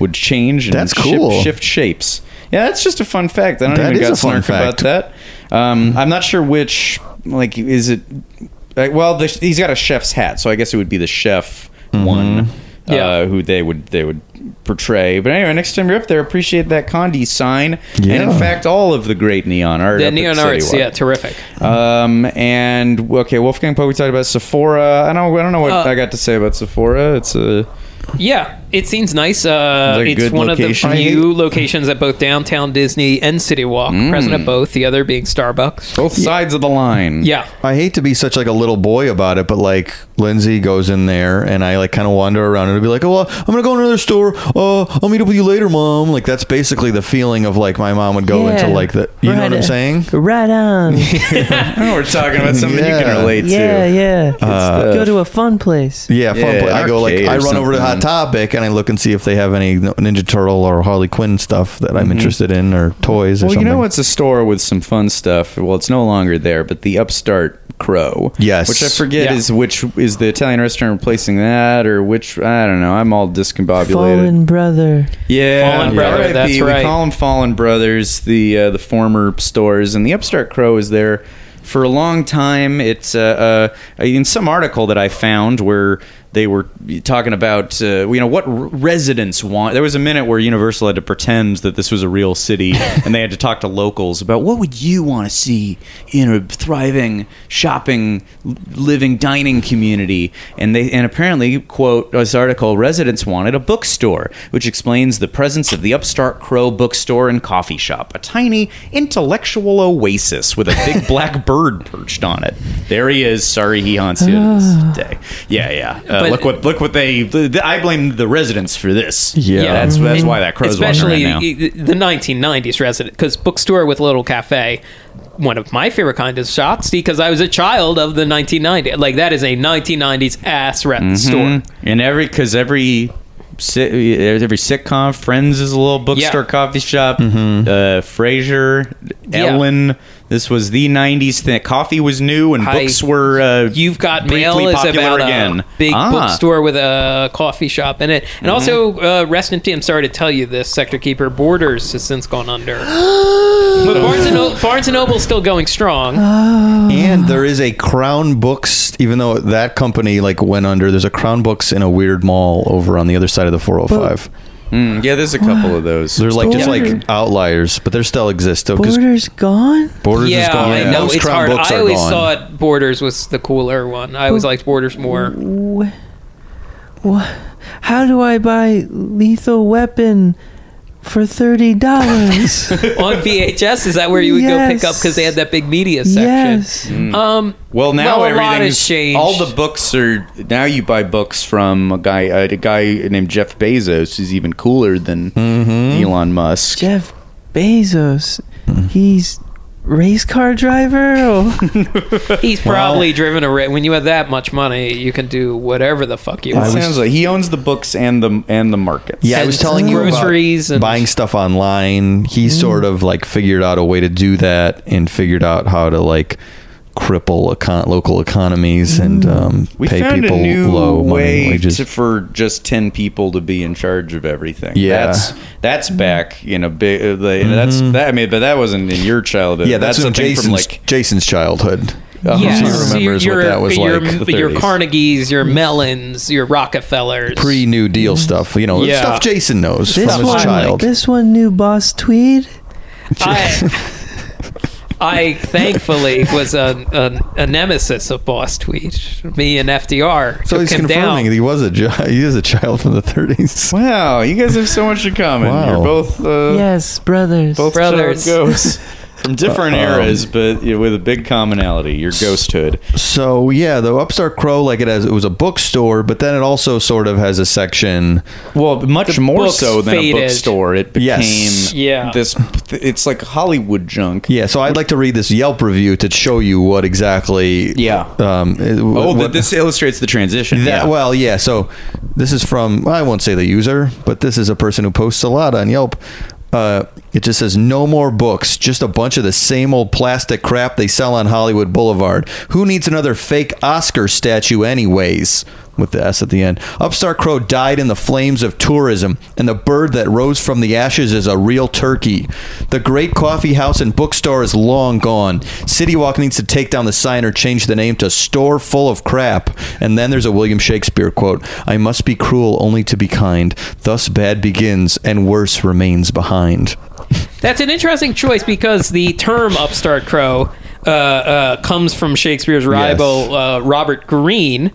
Speaker 5: would change and
Speaker 3: That's
Speaker 5: ship-
Speaker 3: cool.
Speaker 5: shift, shapes. Yeah, that's just a fun fact. I don't
Speaker 3: That
Speaker 5: even
Speaker 3: is
Speaker 5: got
Speaker 3: a fun
Speaker 5: snark about
Speaker 3: fact. Mm-hmm.
Speaker 5: that. Um, I'm not sure which. Like, is it? Like, well, the, he's got a chef's hat, so I guess it would be the chef
Speaker 3: Mm-hmm.
Speaker 5: one.
Speaker 4: Yeah.
Speaker 5: Uh, who they would they would portray. But anyway, next time you're up there, appreciate that Condi sign, and in
Speaker 3: Yeah.
Speaker 5: fact, all of the great neon art.
Speaker 4: The
Speaker 5: up at
Speaker 4: neon
Speaker 5: City
Speaker 4: arts,
Speaker 5: Walk.
Speaker 4: yeah, terrific.
Speaker 5: Um, and okay, Wolfgang Poe. We talked about Sephora. I don't. I don't know what
Speaker 4: Uh,
Speaker 5: I got to say about Sephora. It's uh, a.
Speaker 4: Yeah, it seems nice. Uh,
Speaker 5: Is it a
Speaker 4: it's
Speaker 5: good
Speaker 4: one
Speaker 5: location?
Speaker 4: of the few locations at both downtown Disney and City Walk,
Speaker 5: Mm.
Speaker 4: present at both. The other being Starbucks.
Speaker 5: Both sides of the line.
Speaker 4: Yeah,
Speaker 3: I hate to be such like a little boy about it, but like Lindsay goes in there and I like kind of wander around and I'll be like, "Oh, well, I'm gonna go into another store. Uh, I'll meet up with you later, mom." Like that's basically the feeling of like my mom would go into like the. You know what I'm saying?
Speaker 6: Right on.
Speaker 5: Oh, we're talking about something you
Speaker 3: Yeah.
Speaker 5: can relate
Speaker 6: yeah,
Speaker 5: to.
Speaker 3: Uh,
Speaker 6: yeah. Go to a fun place.
Speaker 3: Yeah, fun
Speaker 5: Yeah,
Speaker 3: play. I go like
Speaker 5: arcade
Speaker 3: I
Speaker 5: or
Speaker 3: run over to
Speaker 5: something.
Speaker 3: Hot on topic, and I look and see if they have any Ninja Turtle or Harley Quinn stuff that I'm interested in, or toys. or
Speaker 5: Well, you
Speaker 3: something.
Speaker 5: know what's a store with some fun stuff? Well, it's no longer there, but the Upstart Crow.
Speaker 3: Yes.
Speaker 5: Which I forget
Speaker 4: Yeah.
Speaker 5: is which is the Italian restaurant replacing that or which I don't know. I'm all discombobulated.
Speaker 6: Fallen brother.
Speaker 5: Yeah,
Speaker 4: Fallen
Speaker 5: yeah.
Speaker 4: Brother,
Speaker 5: RIP,
Speaker 4: that's right.
Speaker 5: We call them Fallen Brothers, the uh, the former stores, and the Upstart Crow is there for a long time. It's uh, uh, in some article that I found where they were talking about uh, you know what r- residents want. There was a minute where Universal had to pretend that this was a real city, and they had to talk to locals about what would you want to see in a thriving shopping, l- living, dining community. And they and apparently quote this article: residents wanted a bookstore, which explains the presence of the Upstart Crow bookstore and coffee shop, a tiny intellectual oasis with a big black bird perched on it. There he is. Sorry, he haunts you to this day. Yeah, yeah. Uh,
Speaker 4: Ah. But-
Speaker 5: look what look what they. th- th- I blame the residents for this. Yeah, that's that's why that crow's walking
Speaker 4: Mm-hmm. especially e,
Speaker 5: right now.
Speaker 4: the- the 1990s resident because bookstore with little cafe one of my favorite kind of shops because i was a child of the 1990s like that is a 1990s ass rat
Speaker 5: Mm-hmm.
Speaker 4: store
Speaker 5: And every because every si- every sitcom, Friends is a little bookstore
Speaker 4: Yeah. Mm-hmm.
Speaker 5: coffee shop. Uh, Frasier,
Speaker 4: Yeah.
Speaker 5: Ellen. This was the '90s thing. Coffee was new, and
Speaker 4: I-
Speaker 5: books were. Uh,
Speaker 4: You've got
Speaker 5: briefly
Speaker 4: mail is
Speaker 5: popular
Speaker 4: about
Speaker 5: again.
Speaker 4: a big
Speaker 5: Ah. Mm-hmm.
Speaker 4: bookstore with a coffee shop in it, and also uh, rest in peace. I'm sorry to tell you this, Sector Keeper. Borders has since gone under, but Barnes and, no- Barnes and Noble's still going strong.
Speaker 3: And there is a Crown Books, even though that company like went under. There's a Crown Books in a weird mall over on the other side of the 405.
Speaker 5: Mm, yeah, there's a couple of those.
Speaker 3: They're like just
Speaker 6: Border.
Speaker 3: like outliers, but they still exist though because
Speaker 6: Borders gone.
Speaker 3: Borders is
Speaker 4: yeah,
Speaker 3: gone.
Speaker 4: I know
Speaker 3: Most
Speaker 4: it's
Speaker 3: Crown
Speaker 4: hard.
Speaker 3: Books
Speaker 4: I
Speaker 3: are
Speaker 4: always
Speaker 3: gone.
Speaker 4: thought Borders was the cooler one. I always liked Borders more.
Speaker 6: Wh- wh- How do I buy Lethal Weapon for thirty dollars?
Speaker 4: on VHS. Is that where you would go pick up because they had that big media section?
Speaker 6: yes.
Speaker 4: Um,
Speaker 5: Well, now
Speaker 4: Well, a lot has
Speaker 5: everything's
Speaker 4: changed.
Speaker 5: All the books are now you buy books from a guy uh, a guy named Jeff Bezos who's even cooler than
Speaker 4: Mm-hmm.
Speaker 5: Elon Musk.
Speaker 6: Jeff Bezos. He's race car driver. Oh,
Speaker 4: he's probably driven a. Ra- when you have that much money, you can do whatever the fuck you
Speaker 5: It
Speaker 4: want.
Speaker 5: sounds like he owns the books and the and the markets.
Speaker 3: Yeah, I
Speaker 4: And
Speaker 3: was telling you
Speaker 4: groceries
Speaker 3: about
Speaker 4: and- Mm-hmm.
Speaker 3: buying stuff online. He sort of like figured out a way to do that and figured out how to like cripple econ- local
Speaker 4: Mm-hmm.
Speaker 3: economies and um,
Speaker 5: we
Speaker 3: pay
Speaker 5: found
Speaker 3: people
Speaker 5: a new
Speaker 3: low money and
Speaker 5: way
Speaker 3: wages.
Speaker 5: to, for just ten people to be in charge of everything.
Speaker 3: Yeah. Mm-hmm.
Speaker 5: that's
Speaker 4: Mm-hmm.
Speaker 5: that's back in a big. Uh, the, That's that. I mean, but that wasn't in your childhood.
Speaker 3: yeah, that's,
Speaker 5: something
Speaker 3: Jason's,
Speaker 5: from like
Speaker 3: Jason's childhood.
Speaker 4: Yes.
Speaker 3: He
Speaker 4: So
Speaker 3: remembers
Speaker 4: your-
Speaker 3: what that was
Speaker 4: your,
Speaker 3: like.
Speaker 5: the
Speaker 4: Your
Speaker 5: 30s.
Speaker 4: Carnegies, your Mellons, your Rockefellers.
Speaker 3: pre New Deal stuff. You know,
Speaker 4: Mm-hmm. Yeah.
Speaker 3: stuff Jason knows
Speaker 6: this
Speaker 3: from his
Speaker 6: one,
Speaker 3: child.
Speaker 6: this one new boss tweed.
Speaker 4: I, I thankfully was a, a, a nemesis of Boss Tweet. Me and FDR.
Speaker 3: so
Speaker 4: took
Speaker 3: he's
Speaker 4: him
Speaker 3: confirming
Speaker 4: down.
Speaker 3: that he was a gi- he is a child from the 30s.
Speaker 5: wow. You guys have so much in common.
Speaker 3: Wow.
Speaker 5: You're both uh,
Speaker 6: Yes, brothers.
Speaker 5: both
Speaker 4: Brothers.
Speaker 5: brothers ghosts from different eras, but yeah, with a big commonality. Your ghosthood.
Speaker 3: So yeah, the Upstart Crow like it has it was a bookstore, but then it also sort of has a section.
Speaker 5: Well, much more
Speaker 4: books
Speaker 5: so than
Speaker 4: faded.
Speaker 5: a bookstore. It became
Speaker 3: Yes.
Speaker 4: Yeah.
Speaker 5: this. It's like Hollywood junk.
Speaker 3: Yeah, so I'd like to read this Yelp review to show you what exactly.
Speaker 5: Yeah.
Speaker 3: Um,
Speaker 5: Oh,
Speaker 3: oh,
Speaker 5: th- this illustrates the transition.
Speaker 3: That, Well, yeah. So this is from, I won't say the user, but this is a person who posts a lot on Yelp. Uh, it just says, no more books, just a bunch of the same old plastic crap they sell on Hollywood Boulevard. Who needs another fake Oscar statue, anyways? With the S at the end. Upstart Crow died in the flames of tourism, and the bird that rose from the ashes is a real turkey. The great coffee house and bookstore is long gone. City Walk needs to take down the sign or change the name to Store Full of Crap. And then there's a William Shakespeare quote I must be cruel only to be kind. Thus bad begins, and worse remains behind.
Speaker 4: That's an interesting choice because the term upstart crow uh, uh, comes from Shakespeare's rival uh, Robert Greene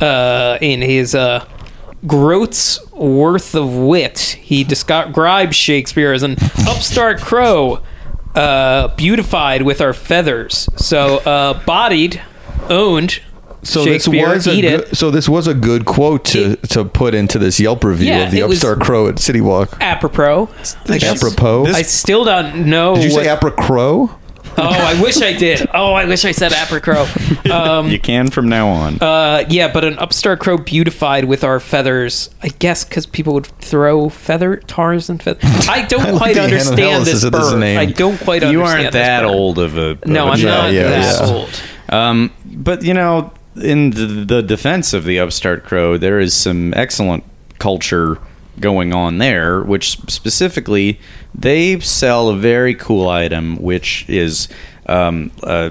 Speaker 4: uh, in his uh, Groat's Worth of Wit. He describes Shakespeare as an upstart crow uh, beautified with our feathers. So uh, bodied, owned.
Speaker 3: So this,
Speaker 4: Shakespeare,
Speaker 3: was a
Speaker 4: eat it.
Speaker 3: good, so this was a good quote to, to put into this Yelp review
Speaker 4: Yeah,
Speaker 3: of the
Speaker 4: it was-
Speaker 3: Upstart Crow at City Walk.
Speaker 4: apropos. I guess.
Speaker 3: Apropos.
Speaker 4: I still don't know.
Speaker 3: Did you
Speaker 4: what-
Speaker 3: say apropos?
Speaker 4: Oh, I wish I did. Oh, I wish I said appercrow. Um,
Speaker 5: You can from now on.
Speaker 4: uh, yeah, but an upstart crow beautified with our feathers. I guess because people would throw feather tars and feathers. I don't
Speaker 8: What
Speaker 4: quite
Speaker 8: the hell
Speaker 4: understand
Speaker 8: is this
Speaker 4: this bird.
Speaker 8: name?
Speaker 4: I don't quite
Speaker 5: you
Speaker 4: understand. this
Speaker 5: aren't that
Speaker 4: bird.
Speaker 5: old of a.
Speaker 4: No,
Speaker 5: of a
Speaker 4: I'm
Speaker 8: Yeah,
Speaker 4: not
Speaker 8: yeah,
Speaker 4: that
Speaker 8: yeah.
Speaker 4: old.
Speaker 5: Um, but you know, in the, the defense of the upstart crow, there is some excellent culture going on there, which specifically they sell a very cool item, which is. Um, uh,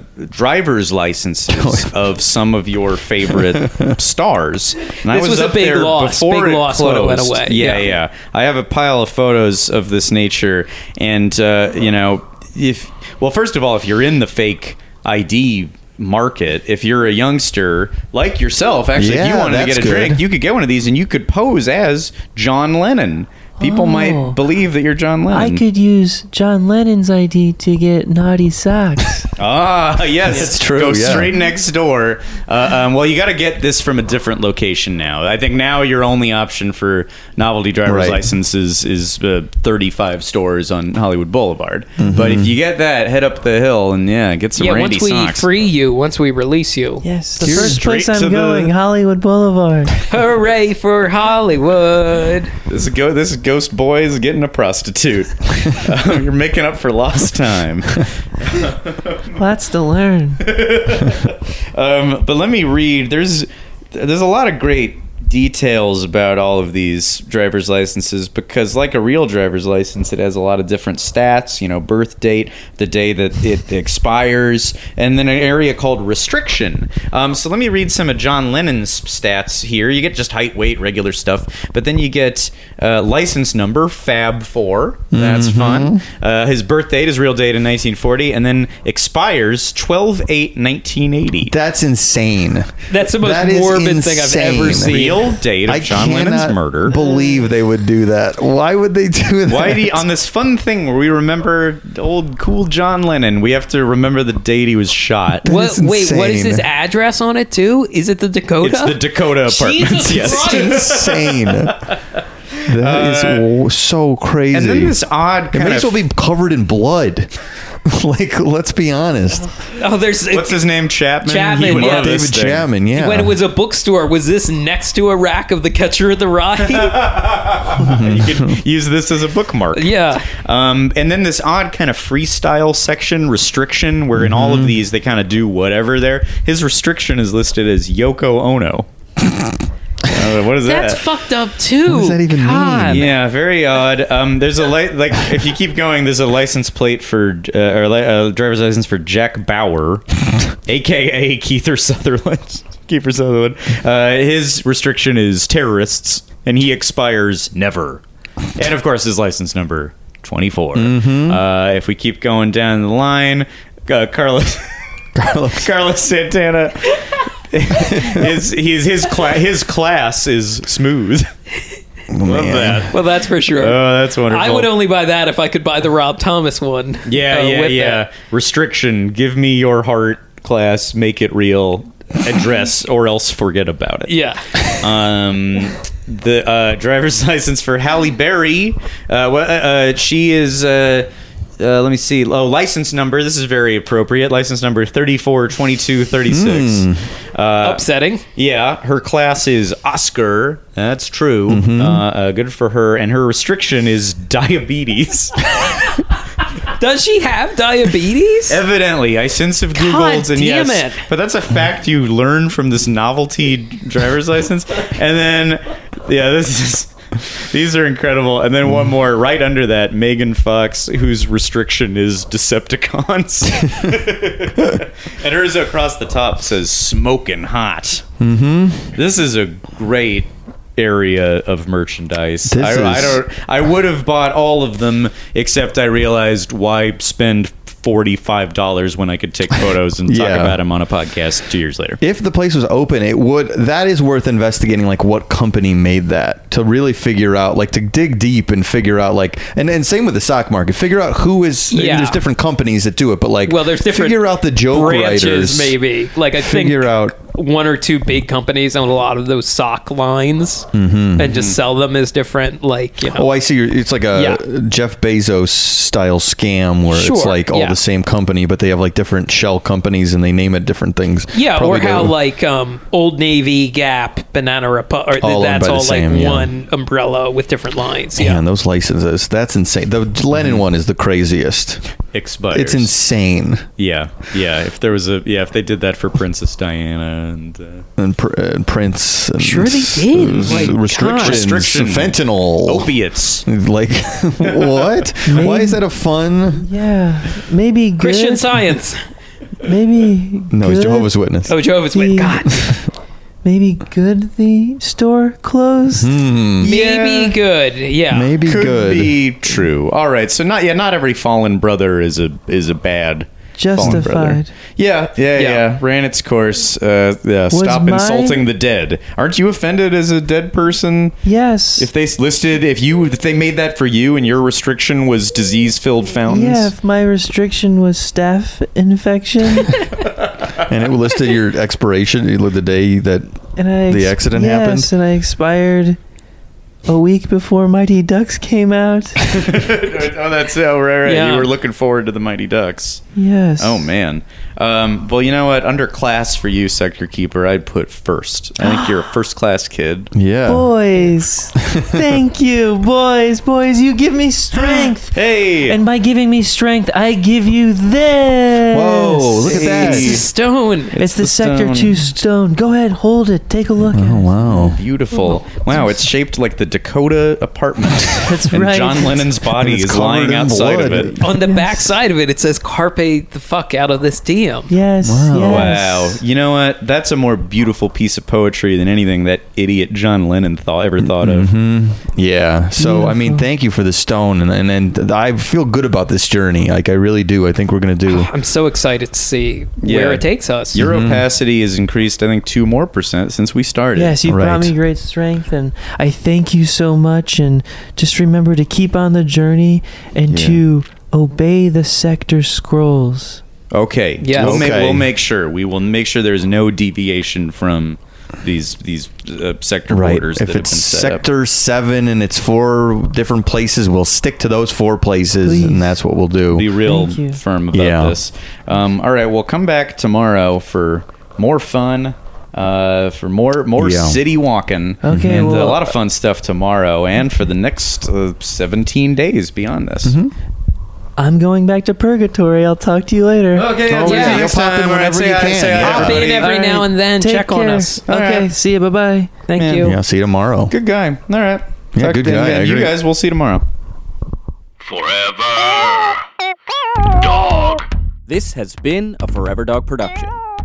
Speaker 5: driver's licenses of some of your favorite stars. And I
Speaker 4: This was a
Speaker 5: up
Speaker 4: big
Speaker 5: there
Speaker 4: loss,
Speaker 5: before
Speaker 4: big
Speaker 5: it
Speaker 4: loss when it went
Speaker 5: closed.
Speaker 4: away. Yeah.
Speaker 5: Yeah, yeah, yeah. I have a pile of photos of this nature, and uh, you know, if well, first of all, if you're in the fake ID market, if you're a youngster like yourself, actually, if you
Speaker 8: Yeah,
Speaker 5: wanted to
Speaker 8: that's
Speaker 5: get a
Speaker 8: good.
Speaker 5: drink, you could get one of these, and you could pose as John Lennon. People might believe that you're John
Speaker 6: I
Speaker 5: Lennon.
Speaker 6: could use John Lennon's ID to get naughty socks.
Speaker 5: Ah, yes, it's
Speaker 8: true,
Speaker 5: Go
Speaker 8: yeah.
Speaker 5: straight next door. Uh, um, well, you got to get this from a different location now. I think now your only option for novelty driver's
Speaker 8: Right.
Speaker 5: licenses is uh, 35 stores on Hollywood Boulevard.
Speaker 8: Mm-hmm.
Speaker 5: But if you get that, head up the hill and yeah, get some
Speaker 4: Yeah,
Speaker 5: Randy
Speaker 4: once we
Speaker 5: socks.
Speaker 4: free you, once we release you,
Speaker 6: yes, the
Speaker 5: You're
Speaker 6: first
Speaker 5: straight
Speaker 6: place I'm
Speaker 5: to the-
Speaker 6: going, Hollywood Boulevard.
Speaker 4: hooray for Hollywood!
Speaker 5: This go this ghost boy is getting a prostitute. Um, you're making up for lost time.
Speaker 6: Lots to learn.
Speaker 5: Um, but let me read. There's there's a lot of great details about all of these driver's licenses because, like a real driver's license, it has a lot of different stats. You know, birth date, the day that it expires, and then an area called restriction. Um, so let me read some of John Lennon's stats here. You get just height, weight, regular stuff, but then you get uh, license number, Fab Four. That's fun. Uh, his birth date, his real date in 1940, and then expires 12 8 1980.
Speaker 8: That's insane.
Speaker 4: That's the most
Speaker 8: That is
Speaker 4: morbid thing I've ever
Speaker 8: insane.
Speaker 4: seen.
Speaker 5: real date of
Speaker 8: I
Speaker 5: John Lennon's
Speaker 8: cannot
Speaker 5: murder.
Speaker 8: Believe they would do that. Why would they do that?
Speaker 5: Why do you, on this fun thing where we remember old cool John Lennon, we have to remember the date he was shot.
Speaker 4: What,
Speaker 8: is
Speaker 4: wait, what is
Speaker 8: insane.
Speaker 4: his address on it too? Is it the Dakota?
Speaker 5: It's the Dakota apartments.
Speaker 4: Jesus
Speaker 5: Yes.
Speaker 4: Christ.
Speaker 8: insane? That is w- so crazy.
Speaker 5: Uh, And then this odd
Speaker 8: it
Speaker 5: kind
Speaker 8: may
Speaker 5: of
Speaker 8: as well be covered in blood. like, let's be honest.
Speaker 4: Oh, there's
Speaker 5: what's his name Chapman.
Speaker 4: Chapman,
Speaker 5: would
Speaker 4: yeah.
Speaker 5: love this
Speaker 8: David
Speaker 5: thing.
Speaker 8: Chapman, yeah.
Speaker 4: When it was a bookstore, was this next to a rack of the Catcher in the Rye?
Speaker 5: you could use this as a bookmark.
Speaker 4: yeah.
Speaker 5: Um, and then this odd kind of freestyle section restriction, where in all of these they kind of do whatever there. His restriction is listed as Yoko Ono. Uh, what is
Speaker 4: That's
Speaker 5: that?
Speaker 4: fucked up too.
Speaker 8: does that even mean?
Speaker 4: God.
Speaker 5: Yeah, very odd. Um, there's a li- like if you keep going, there's a license plate for uh, or li- uh, driver's license for Jack Bauer, aka Keither Sutherland. Kiefer Sutherland. Uh, his restriction is terrorists, and he expires never. And of course, his license number twenty Uh, if we keep going down the line, uh, Carlos. Carlos. Santana is he's his cla- his class is smooth. Love that.
Speaker 4: Well, that's for sure.
Speaker 5: Oh, that's wonderful.
Speaker 4: I would only buy that if I could buy the Rob Thomas one.
Speaker 5: Yeah,
Speaker 4: uh,
Speaker 5: yeah,
Speaker 4: with
Speaker 5: yeah.
Speaker 4: that.
Speaker 5: Restriction. Give me your heart, class. Make it real. Address, or else forget about it.
Speaker 4: Yeah.
Speaker 5: Um, the uh, driver's license for Halle Berry. Uh, wha- uh, uh, she is. Uh, uh, let me see. Oh, license number. This is very appropriate. License number 34, 22, 36.
Speaker 4: Hmm.
Speaker 5: Uh,
Speaker 4: Upsetting.
Speaker 5: yeah, her class is Oscar. That's true.
Speaker 4: Mm-hmm.
Speaker 5: Uh, uh, good for her. And her restriction is diabetes.
Speaker 4: Does she have diabetes?
Speaker 5: Evidently, I since have googled and
Speaker 4: damn
Speaker 5: yes,
Speaker 4: it.
Speaker 5: but that's a fact you learn from this novelty driver's license. And then, yeah, this is these are incredible. And then one more right under that, Megan Fox, whose restriction is Decepticons, and hers across the top says "smoking hot." Mm-hmm. This is a great area of merchandise. I,
Speaker 8: This
Speaker 5: I
Speaker 8: is-
Speaker 5: don't. I would have bought all of them, except I realized why spend forty-five dollars when I could take photos and talk
Speaker 8: Yeah.
Speaker 5: about them on a podcast two years later.
Speaker 8: if the place was open it would that is worth investigating like what company made that to really figure out like to dig deep and figure out like and and same with the stock market figure out who is
Speaker 4: Yeah.
Speaker 8: there's different companies that do it but like
Speaker 4: Well, there's different
Speaker 8: figure out the joke
Speaker 4: branches,
Speaker 8: writers
Speaker 4: maybe. Like I
Speaker 8: figure
Speaker 4: think
Speaker 8: out
Speaker 4: one or two big companies own a lot of those sock lines and just sell them as different, like you know.
Speaker 3: Mm-hmm. Oh, I see. You're- It's like a
Speaker 4: Yeah.
Speaker 3: Jeff Bezos style scam where it's
Speaker 4: Sure,
Speaker 3: like all
Speaker 4: yeah.
Speaker 3: the same company, but they have like different shell companies and they name it different things.
Speaker 4: Yeah,
Speaker 3: Probably
Speaker 4: or how
Speaker 3: go-
Speaker 4: like um, Old Navy, Gap, Banana Republic,
Speaker 3: All owned
Speaker 4: that's
Speaker 3: by the
Speaker 4: all
Speaker 3: same,
Speaker 4: like
Speaker 3: yeah.
Speaker 4: one umbrella with different lines.
Speaker 3: Man,
Speaker 4: Yeah,
Speaker 3: those licenses. That's insane. The
Speaker 4: Mm-hmm.
Speaker 3: Lennon one is the craziest.
Speaker 5: expires.
Speaker 3: It's insane.
Speaker 5: Yeah, yeah. If there was a yeah, if they did that for Princess Diana and uh,
Speaker 3: And, pr- and Prince. And uh,
Speaker 4: Sure they did. Like, God.
Speaker 3: restrictions.
Speaker 5: Restriction.
Speaker 3: Fentanyl.
Speaker 5: opiates.
Speaker 3: Like, what? Why is that a fun?
Speaker 6: Yeah, maybe good.
Speaker 4: Christian Science.
Speaker 6: Maybe
Speaker 3: No,
Speaker 6: good.
Speaker 3: it's Jehovah's Witness.
Speaker 4: Oh, Jehovah's Witness.
Speaker 6: Yeah.
Speaker 4: God,
Speaker 6: Maybe good. The store closed.
Speaker 4: maybe good. Yeah,
Speaker 3: Maybe
Speaker 5: Could
Speaker 3: good.
Speaker 5: be true. All right, so not yeah, not every fallen brother is a is a bad. fallen brother.
Speaker 6: Justified.
Speaker 5: Yeah, yeah, yeah,
Speaker 4: Yeah.
Speaker 5: Ran its course. Uh, yeah, stop
Speaker 6: my-
Speaker 5: insulting the dead. Aren't you offended as a dead person?
Speaker 6: Yes.
Speaker 5: If they s- listed, if you, if they made that for you, and your restriction was disease-filled fountains.
Speaker 6: yeah, if my restriction was staph infection
Speaker 3: and it listed your expiration, you the day that.
Speaker 6: and I
Speaker 3: The accident
Speaker 6: yes,
Speaker 3: happened?
Speaker 6: and I expired a week before Mighty Ducks came out.
Speaker 5: oh, that's oh, right, right.
Speaker 4: Yeah.
Speaker 5: You were looking forward to the Mighty Ducks.
Speaker 6: Yes.
Speaker 5: Oh man. Um, well, you know what? Under class for you, sector keeper, I'd put first. I think you're a first class kid.
Speaker 3: Yeah.
Speaker 6: Boys, thank you, boys, boys. You give me strength,
Speaker 5: Hey.
Speaker 6: and by giving me strength, I give you this.
Speaker 3: Whoa, look at that.
Speaker 4: It's a stone.
Speaker 6: It's, the,
Speaker 5: the
Speaker 6: Sector
Speaker 5: stone.
Speaker 6: Two stone. Go ahead, hold it. Take a look. at
Speaker 3: Oh,
Speaker 6: it.
Speaker 3: wow.
Speaker 5: Beautiful. Wow, it's shaped like the Dakota apartment. That's and
Speaker 6: right.
Speaker 5: John Lennon's body
Speaker 3: It's
Speaker 5: is
Speaker 3: covered in
Speaker 5: lying outside of
Speaker 3: blood.
Speaker 5: it.
Speaker 4: On the back side of it, it says "Carpe the fuck out of this DM."
Speaker 6: Yes.
Speaker 5: Wow.
Speaker 6: Yes.
Speaker 5: You know what? That's a more beautiful piece of poetry than anything that idiot John Lennon thought ever thought of.
Speaker 3: Yeah. So I mean,
Speaker 6: Beautiful.
Speaker 3: thank you for the stone, and, and and I feel good about this journey. Like I really do. I think we're gonna do.
Speaker 4: I'm so excited to see
Speaker 5: Yeah.
Speaker 4: where it takes us.
Speaker 5: Your
Speaker 3: Mm-hmm.
Speaker 5: opacity has increased, I think, two more percent since we started.
Speaker 6: Yes, you
Speaker 3: Right.
Speaker 6: brought me great strength, and I thank you so much. And just remember to keep on the journey and
Speaker 3: Yeah.
Speaker 6: to obey the Sector Scrolls.
Speaker 5: Okay.
Speaker 4: Yes.
Speaker 5: We'll, make,
Speaker 3: Okay.
Speaker 5: we'll make sure. We will make sure there's no deviation from these these uh, sector
Speaker 3: Right.
Speaker 5: borders that
Speaker 3: If
Speaker 5: have been
Speaker 3: it's
Speaker 5: set up.
Speaker 3: sector seven and it's four different places, we'll stick to those four places,
Speaker 6: Please.
Speaker 3: and that's what we'll do.
Speaker 5: Be real
Speaker 6: Thank you.
Speaker 5: firm about
Speaker 3: Yeah.
Speaker 5: this. Um, all right. We'll come back tomorrow for more fun. Uh, for more more
Speaker 3: Yeah. Mm-hmm.
Speaker 5: city walking,
Speaker 6: Okay,
Speaker 5: and uh,
Speaker 6: well-
Speaker 5: a lot of fun stuff tomorrow, and for the next uh, seventeen days beyond this.
Speaker 3: Mm-hmm.
Speaker 6: I'm going back to purgatory. I'll talk to you later.
Speaker 5: Okay,
Speaker 3: Oh, yeah, you'll pop in whenever you can. Yeah.
Speaker 4: Pop in every
Speaker 6: All
Speaker 4: now
Speaker 6: right.
Speaker 4: and then.
Speaker 6: Take
Speaker 4: check on
Speaker 6: care.
Speaker 4: us.
Speaker 6: Okay.
Speaker 5: right.
Speaker 6: See you. Bye bye.
Speaker 4: Thank you.
Speaker 3: yeah. See you tomorrow.
Speaker 5: Good guy. All right.
Speaker 3: Yeah, good
Speaker 5: to you
Speaker 3: guy,
Speaker 5: then.
Speaker 3: I
Speaker 5: You
Speaker 3: agree.
Speaker 5: guys, we'll see you tomorrow.
Speaker 1: Forever. Dog.
Speaker 2: This has been a Forever Dog production.